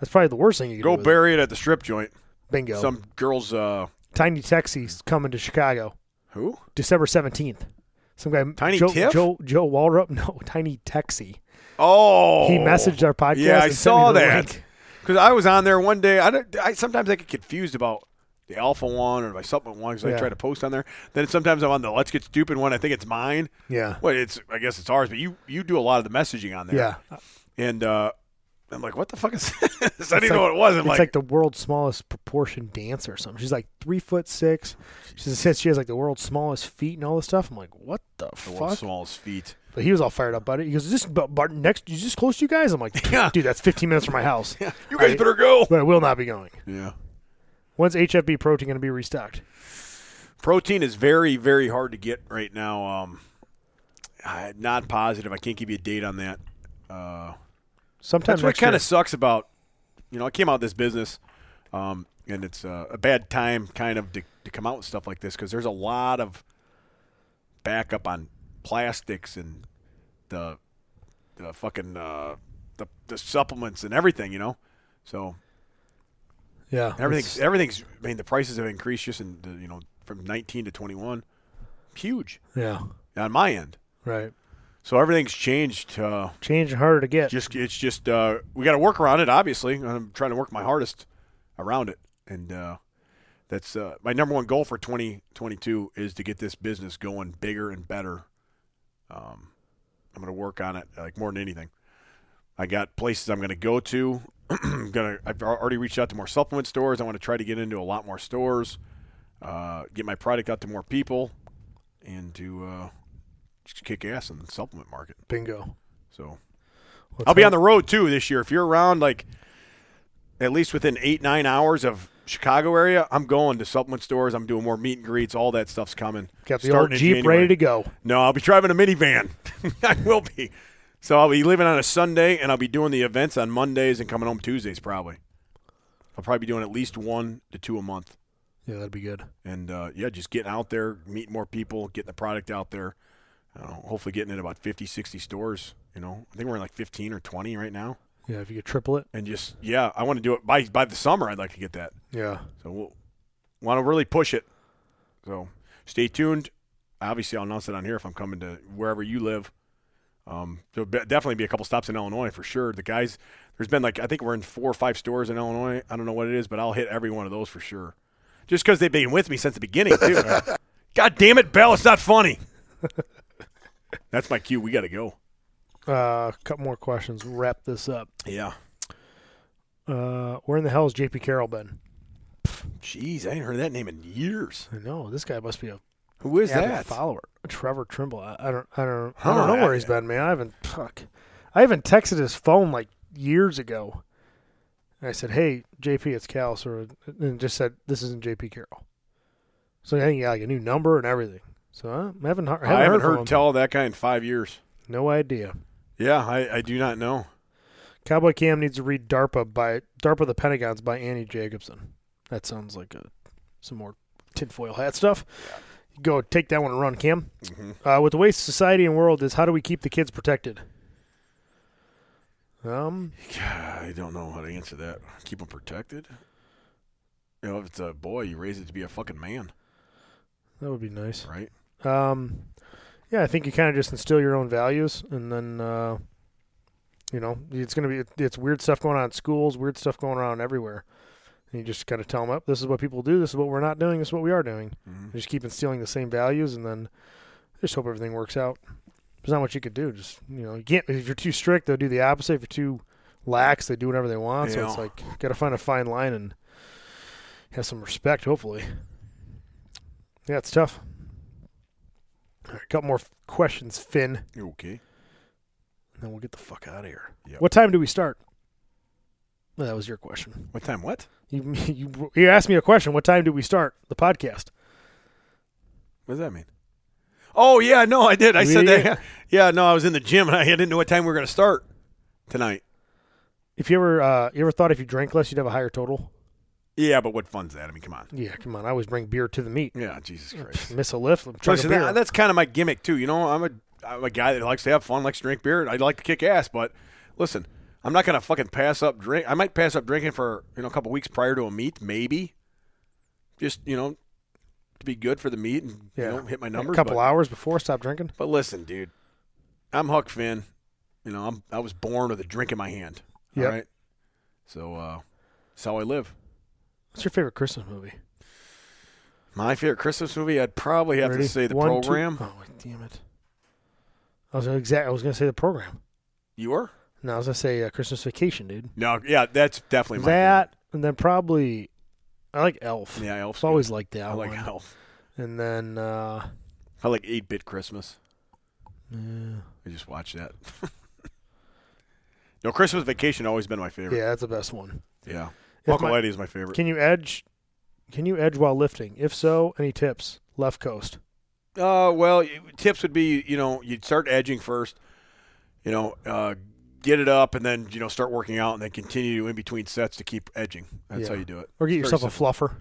S3: That's probably the worst thing you could
S2: Go
S3: do. with
S2: bury it at the strip joint.
S3: it. Bingo.
S2: Some girls. Uh,
S3: Tiny Texi's coming to Chicago
S2: who?
S3: December seventeenth. Some guy
S2: Tiny
S3: Joe
S2: Tiff?
S3: Joe Joe Walrup. No, Tiny Texi.
S2: Oh,
S3: He messaged our podcast.
S2: Yeah, I
S3: and sent me
S2: saw
S3: the
S2: that
S3: link.
S2: because I was on there one day. I, don't, I sometimes I get confused about the alpha one or my supplement one because I
S3: Yeah.
S2: try to post on there. Then sometimes I'm on the let's get stupid one. I think it's mine.
S3: Yeah.
S2: Well, it's I guess it's ours, but you you do a lot of the messaging on there.
S3: Yeah.
S2: and uh, I'm like, what the fuck is this? I
S3: It's
S2: didn't know
S3: like-
S2: what it was. I'm
S3: It's like, the world's smallest proportion dancer or something. She's like three foot six. She says she has like the world's smallest feet and all this stuff. I'm like, what the,
S2: the
S3: fuck?
S2: world's smallest feet.
S3: But he was all fired up about it. He goes, "Is this bu- bu- next? Is this close to you guys?" I'm like,
S2: Yeah.
S3: "Dude, that's 15 minutes from my house,
S2: You guys
S3: I-
S2: better go.
S3: but I will not be going."
S2: Yeah.
S3: When's HFB protein going to be restocked?
S2: protein is very very hard to get right now um i not positive i can't give you a date on that uh
S3: Sometime
S2: that's what
S3: next
S2: kind
S3: year.
S2: of sucks about you know i came out of this business um and it's uh, a bad time kind of to, to come out with stuff like this because there's a lot of backup on plastics and the the fucking uh the, the supplements and everything you know so
S3: yeah,
S2: everything's
S3: it's-
S2: everything's i mean the prices have increased just in the, you know from 19 to 21 huge
S3: yeah,
S2: on my end.
S3: right.
S2: So everything's changed. Uh,
S3: Change and harder to get.
S2: just it's just uh, we got to work around it. Obviously, I'm trying to work my hardest around it, and uh, that's uh, my number one goal for 2022 is to get this business going bigger and better. Um, I'm going to work on it like more than anything. I got places I'm going to go to. I'm gonna. I've al- already reached out to more supplement stores. I want to try to get into a lot more stores, uh, get my product out to more people, and to uh, just kick ass in the supplement market.
S3: Bingo.
S2: So
S3: Let's
S2: I'll be on
S3: hope-
S2: the road too this year. If you're around, like at least within eight nine hours of Chicago area, I'm going to supplement stores. I'm doing more meet and greets. All that stuff's coming.
S3: Got the old
S2: Starting in
S3: Jeep
S2: January.
S3: ready to go.
S2: No, I'll be driving a minivan. I will be. So I'll be leaving on a Sunday, and I'll be doing the events on Mondays and coming home Tuesdays probably. I'll probably be doing at least one to two a month,
S3: Yeah, that'd be good.
S2: and uh, yeah, just getting out there, meeting more people, getting the product out there. Uh, hopefully, getting in about 50, 60 stores. You know, I think we're in like fifteen or twenty right now
S3: Yeah, if you could triple it.
S2: and just yeah, I want to do it by by the summer. I'd like to get that,
S3: Yeah,
S2: so we'll want to really push it. So stay tuned. Obviously, I'll announce it on here if I'm coming to wherever you live. Um, there'll be, definitely be a couple stops in Illinois for sure. The guys, there's been like I think we're in four or five stores in Illinois. I don't know what it is, but I'll hit every one of those for sure. Just because they've been with me since the beginning too. God damn it, Bell! It's not funny. That's my cue. We got to go.
S3: a uh, couple more questions. Wrap this up.
S2: Yeah.
S3: Uh, where in the hell is JP Carroll been?
S2: Jeez, I ain't heard that name in years.
S3: I know this guy must be a
S2: Who is
S3: avid
S2: that?
S3: follower? Trevor Trimble. I, I don't. I don't.
S2: Huh,
S3: I don't know
S2: I-
S3: where he's been, man. I haven't. Fuck. I even texted his phone like years ago. And I said, "Hey, JP, it's Cal." So and just said, "This isn't JP Carroll." So I think he got like a new number and everything. So uh, I haven't, heard- haven't
S2: I haven't
S3: heard,
S2: heard,
S3: from him.
S2: tell that guy in five years.
S3: no idea.
S2: Yeah, I, I do not know.
S3: Cowboy Cam needs to read DARPA by DARPA the Pentagon's by Annie Jacobson. That sounds like a, some more tinfoil hat stuff. Go take that one and run, Cam. Uh, with the way society and world is, how do we keep the kids protected? Um,
S2: I don't know how to answer that. Keep him protected. You know, if it's a boy, you raise it to be a fucking man,
S3: that would be nice.
S2: right?
S3: Um, yeah, I think you kind of just instill your own values, and then uh, you know it's gonna be it's weird stuff going on in schools, weird stuff going around everywhere. And you just kind of tell them up. This is what people do. This is what we're not doing. This is what we are doing.
S2: Mhm.
S3: Just keep instilling the same values, and then just hope everything works out. There's not much you could do. Just you know, you can't. If you're too strict, they'll do the opposite. If you're too lax, they do whatever they want. So it's
S2: Yeah.
S3: like got to find a fine line and have some respect. Hopefully, yeah, it's tough. All right, a couple more f- questions, Finn, and
S2: You're okay.
S3: then we'll get the fuck out of here.
S2: Yep.
S3: What time do we start? Well, that was your question.
S2: What time? What?
S3: You, you you asked me a question. What time do we start the podcast?
S2: What does that mean? Oh yeah, no, I did. I
S3: You
S2: said
S3: idiot.
S2: that. Yeah, no, I was in the gym and I didn't know what time we were gonna start tonight.
S3: If you ever uh, you ever thought if you drank less you'd have a higher total?
S2: Yeah, but what fun's that? I mean, come on.
S3: Yeah, come on. I always bring beer to the meat.
S2: Yeah, Jesus Christ.
S3: Miss a lift, I'm chugging
S2: Listen,
S3: beer.
S2: that, that's kind of my gimmick too. You know, I'm a I'm a guy that likes to have fun, likes to drink beer. I like to kick ass, but listen, I'm not gonna fucking pass up drink. I might pass up drinking for you know a couple weeks prior to a meet, maybe. Just you know, to be good for the meet and
S3: Yeah.
S2: you know, hit my
S3: Like
S2: numbers.
S3: a couple
S2: but,
S3: hours before, stop drinking.
S2: but listen, dude, I'm Huck Finn. You know, I'm I was born with a drink in my hand.
S3: Yep.
S2: All right. So uh, that's how I live.
S3: What's your favorite Christmas movie?
S2: My favorite Christmas movie, I'd probably have
S3: Ready?
S2: to say the
S3: One, two-
S2: program.
S3: Oh, wait, damn it! I was exact. I was gonna say the program.
S2: You were?
S3: No, I was gonna say uh, Christmas Vacation, dude.
S2: No, yeah, that's definitely my
S3: That and then probably I like Elf.
S2: favorite. Yeah, Elf's
S3: I've always liked that
S2: I like
S3: one.
S2: Elf.
S3: And then uh,
S2: I like eight bit Christmas.
S3: yeah,
S2: I just watched that. no, Christmas Vacation always been my favorite.
S3: yeah, that's the best one.
S2: Yeah.
S3: If
S2: Uncle
S3: my-
S2: Eddie is my favorite.
S3: Can you edge? Can you edge while lifting? If so, any tips? Left coast.
S2: Uh, well, y- tips would be you know you'd start edging first, you know, uh, get it up, and then you know start working out, and then continue in between sets to keep edging. That's
S3: Yeah.
S2: how you do it.
S3: Or get
S2: It's very
S3: yourself a
S2: simple.
S3: fluffer.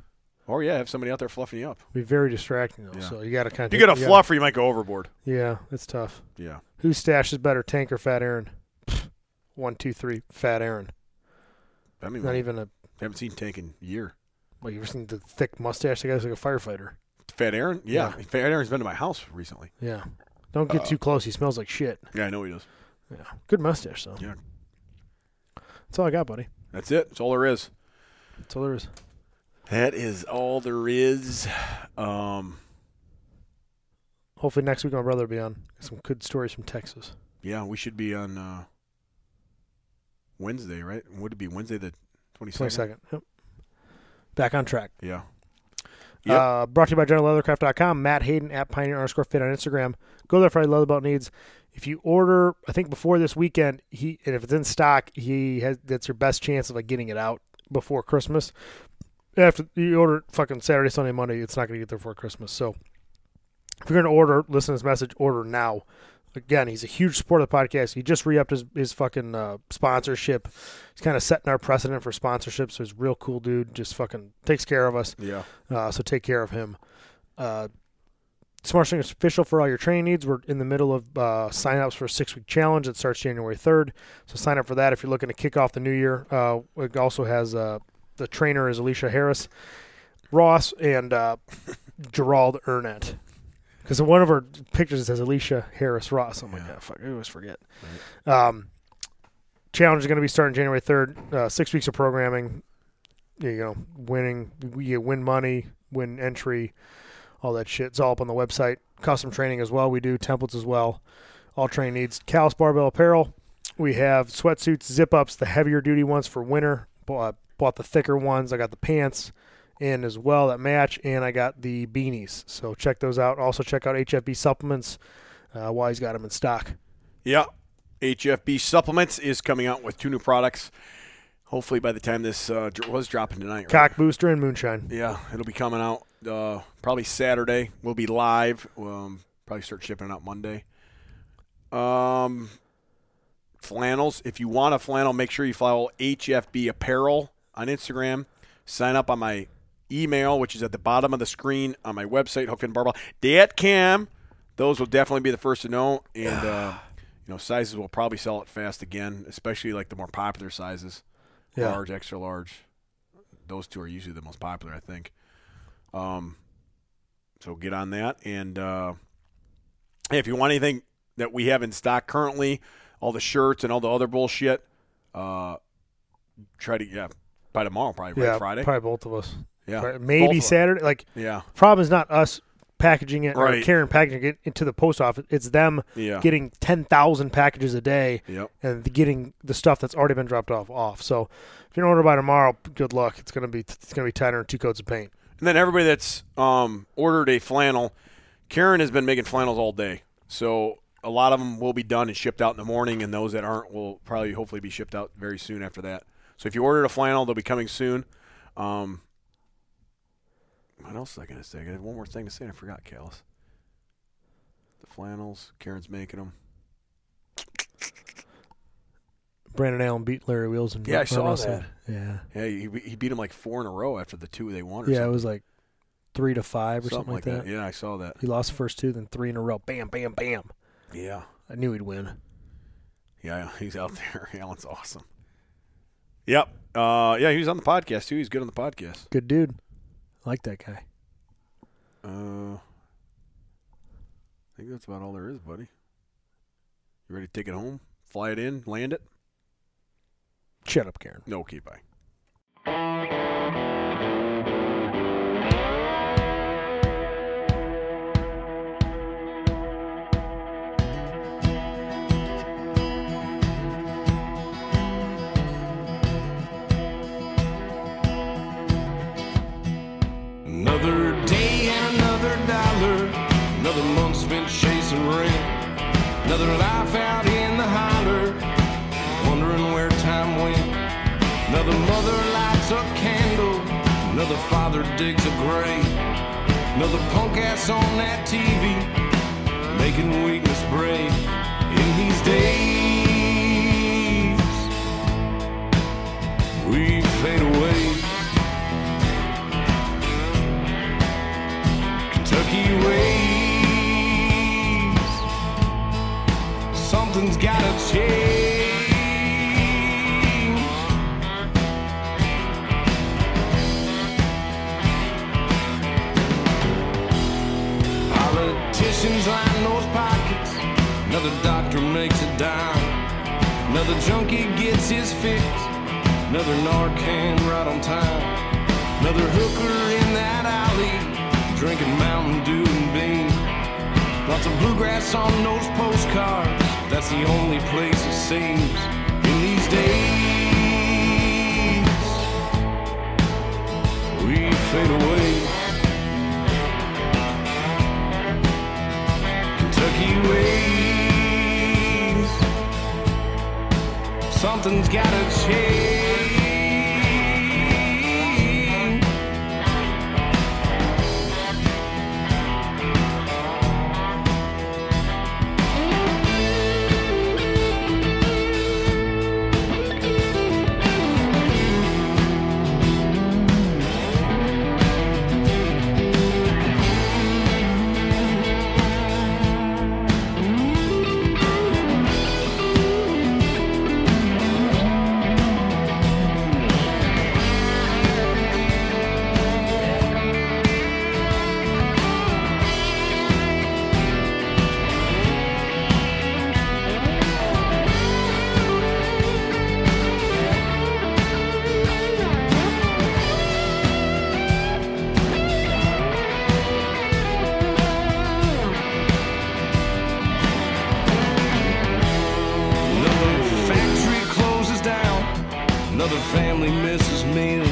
S2: Or yeah, have somebody out there fluffing you up.
S3: Be very distracting though.
S2: Yeah.
S3: So you got to kind of.
S2: If you get a fluffer, you might go overboard.
S3: Yeah, it's tough.
S2: Yeah.
S3: Who stashes better, Tank or Fat Aaron? Pfft, One, two, three. Fat Aaron.
S2: I mean,
S3: Not even a.
S2: haven't seen Tank in a year.
S3: Well, you ever seen the thick mustache? The guy's like a firefighter.
S2: Fat Aaron, yeah. Fat Aaron's been to my house recently.
S3: Yeah. Don't
S2: Uh,
S3: get too close. He smells like shit.
S2: Yeah, I know he does.
S3: Yeah. Good mustache though.
S2: Yeah.
S3: That's all I got, buddy.
S2: That's it. That's all there is.
S3: That's all there is.
S2: That is all there is. Um,
S3: Hopefully next week my brother will be on. Some good stories from Texas.
S2: yeah, we should be on uh, Wednesday, right? Would it be Wednesday the twenty
S3: Twenty
S2: second?
S3: second. Yep. Back on track.
S2: Yeah. Yep.
S3: Uh, brought to you by GeneralLeathercraft.com. Matt Hayden at Pioneer underscore Fit on Instagram. Go there for any leather belt needs. If you order, I think before this weekend, he and if it's in stock, he has that's your best chance of like getting it out before Christmas. After you order it fucking Saturday, Sunday, Monday, it's not going to get there before Christmas. So if you're going to order, listen to this message. Order now. Again, he's a huge supporter of the podcast. He just re-upped his, his fucking uh, sponsorship. He's kind of setting our precedent for sponsorships. So he's a real cool dude. Just fucking takes care of us.
S2: Yeah.
S3: Uh, so take care of him. Uh, Smart String is official for all your training needs. We're in the middle of uh, sign ups for a six week challenge that starts January 3rd. So sign up for that if you're looking to kick off the new year. Uh, it also has uh, the trainer is Alicia Harris, Ross, and uh, Gerald Ernett. Because one of her pictures says Alicia Harris Ross. I'm like,
S2: Yeah.
S3: "Ah, fuck, I always forget. Um, challenge is going to be starting January 3rd. Uh, six weeks of programming. You know, winning, you win money, win entry, all that shit. It's all up on the website. Custom training as well. We do templates as well. All training needs. Callus Barbell Apparel. We have sweatsuits, zip ups, the heavier duty ones for winter. Bought, bought the thicker ones. I got the pants in as well that match, and I got the beanies. So check those out. Also check out HFB supplements uh, while he's got them in stock.
S2: Yeah. HFB Supplements is coming out with two new products. Hopefully, by the time this uh, dr- was dropping tonight, right?
S3: Cock booster and moonshine.
S2: yeah, it'll be coming out uh, probably Saturday. We'll be live. Um, probably start shipping out Monday. Um, flannels. If you want a flannel, make sure you follow HFB Apparel on Instagram. Sign up on my email, which is at the bottom of the screen on my website, Hook and Barbell. Dat cam. Those will definitely be the first to know, and uh, you know sizes will probably sell it fast again, especially like the more popular sizes,
S3: Yeah.
S2: large, extra large. Those two are usually the most popular, I think. Um, so get on that, and uh, hey, if you want anything that we have in stock currently, all the shirts and all the other bullshit. Uh, try to yeah by tomorrow probably right?
S3: yeah,
S2: Friday.
S3: Probably both of us.
S2: yeah,
S3: Right,
S2: Both
S3: Maybe
S2: of us.
S3: Saturday. Like
S2: yeah,
S3: problem is not us packaging it or
S2: Right.
S3: Karen packaging it into the post office. It's them
S2: yeah,
S3: getting ten thousand packages a day
S2: yep.
S3: and getting the stuff that's already been dropped off off. So if you don't order by tomorrow, good luck. It's gonna be it's gonna be tighter than two coats of paint.
S2: And then everybody that's um, ordered a flannel, Karen has been making flannels all day, so a lot of them will be done and shipped out in the morning, and those that aren't will probably hopefully be shipped out very soon after that. So if you ordered a flannel, they'll be coming soon. Um, what else was I gonna say? I had one more thing to say. and I forgot, Callis. The flannels, Karen's making them.
S3: Brandon Allen beat Larry Wheels and
S2: Yeah, I saw
S3: Russell. Yeah,
S2: Yeah, he, he beat him like four in a row after the two they won. Or
S3: yeah, it
S2: something,
S3: was like three to five or something, like that.
S2: Yeah, I saw that.
S3: He lost the first two, then three in a row. Bam, bam, bam.
S2: Yeah,
S3: I knew he'd win.
S2: yeah, he's out there. Allen's awesome. Yep. Uh, yeah, he was on the podcast too. He's good on the podcast.
S3: Good dude. I like that guy.
S2: Uh, I think that's about all there is, buddy. You ready to take it home? Fly it in, land it?
S3: Shut up, Karen.
S2: No, okay, bye.
S1: Another day and another dollar. Another month spent chasing rain. Another life out in the holler. Wondering where time went. Another mother lights a candle. Another father digs a grave. Another punk ass on that TV making weakness brave in these days. We fade away. Kentucky ways. Something's gotta change. Politicians line those pockets. Another doctor makes a dime. Another junkie gets his fix. Another Narcan right on time. Another hooker in that alley, drinking Mountain Dew and bean. Lots of bluegrass on those postcards. That's the only place it seems in these days. We fade away. Kentucky ways. Something's gotta change. Another factory closes down. Another family misses meals.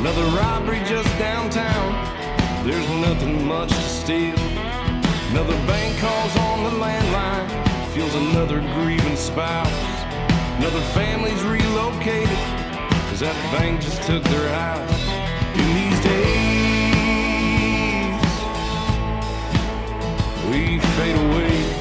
S1: Another robbery just downtown. There's nothing much to steal. Another bank calls on the landline. Feels another grieving spouse. Another family's relocated. Cause that bank just took their house. In these days, we fade away.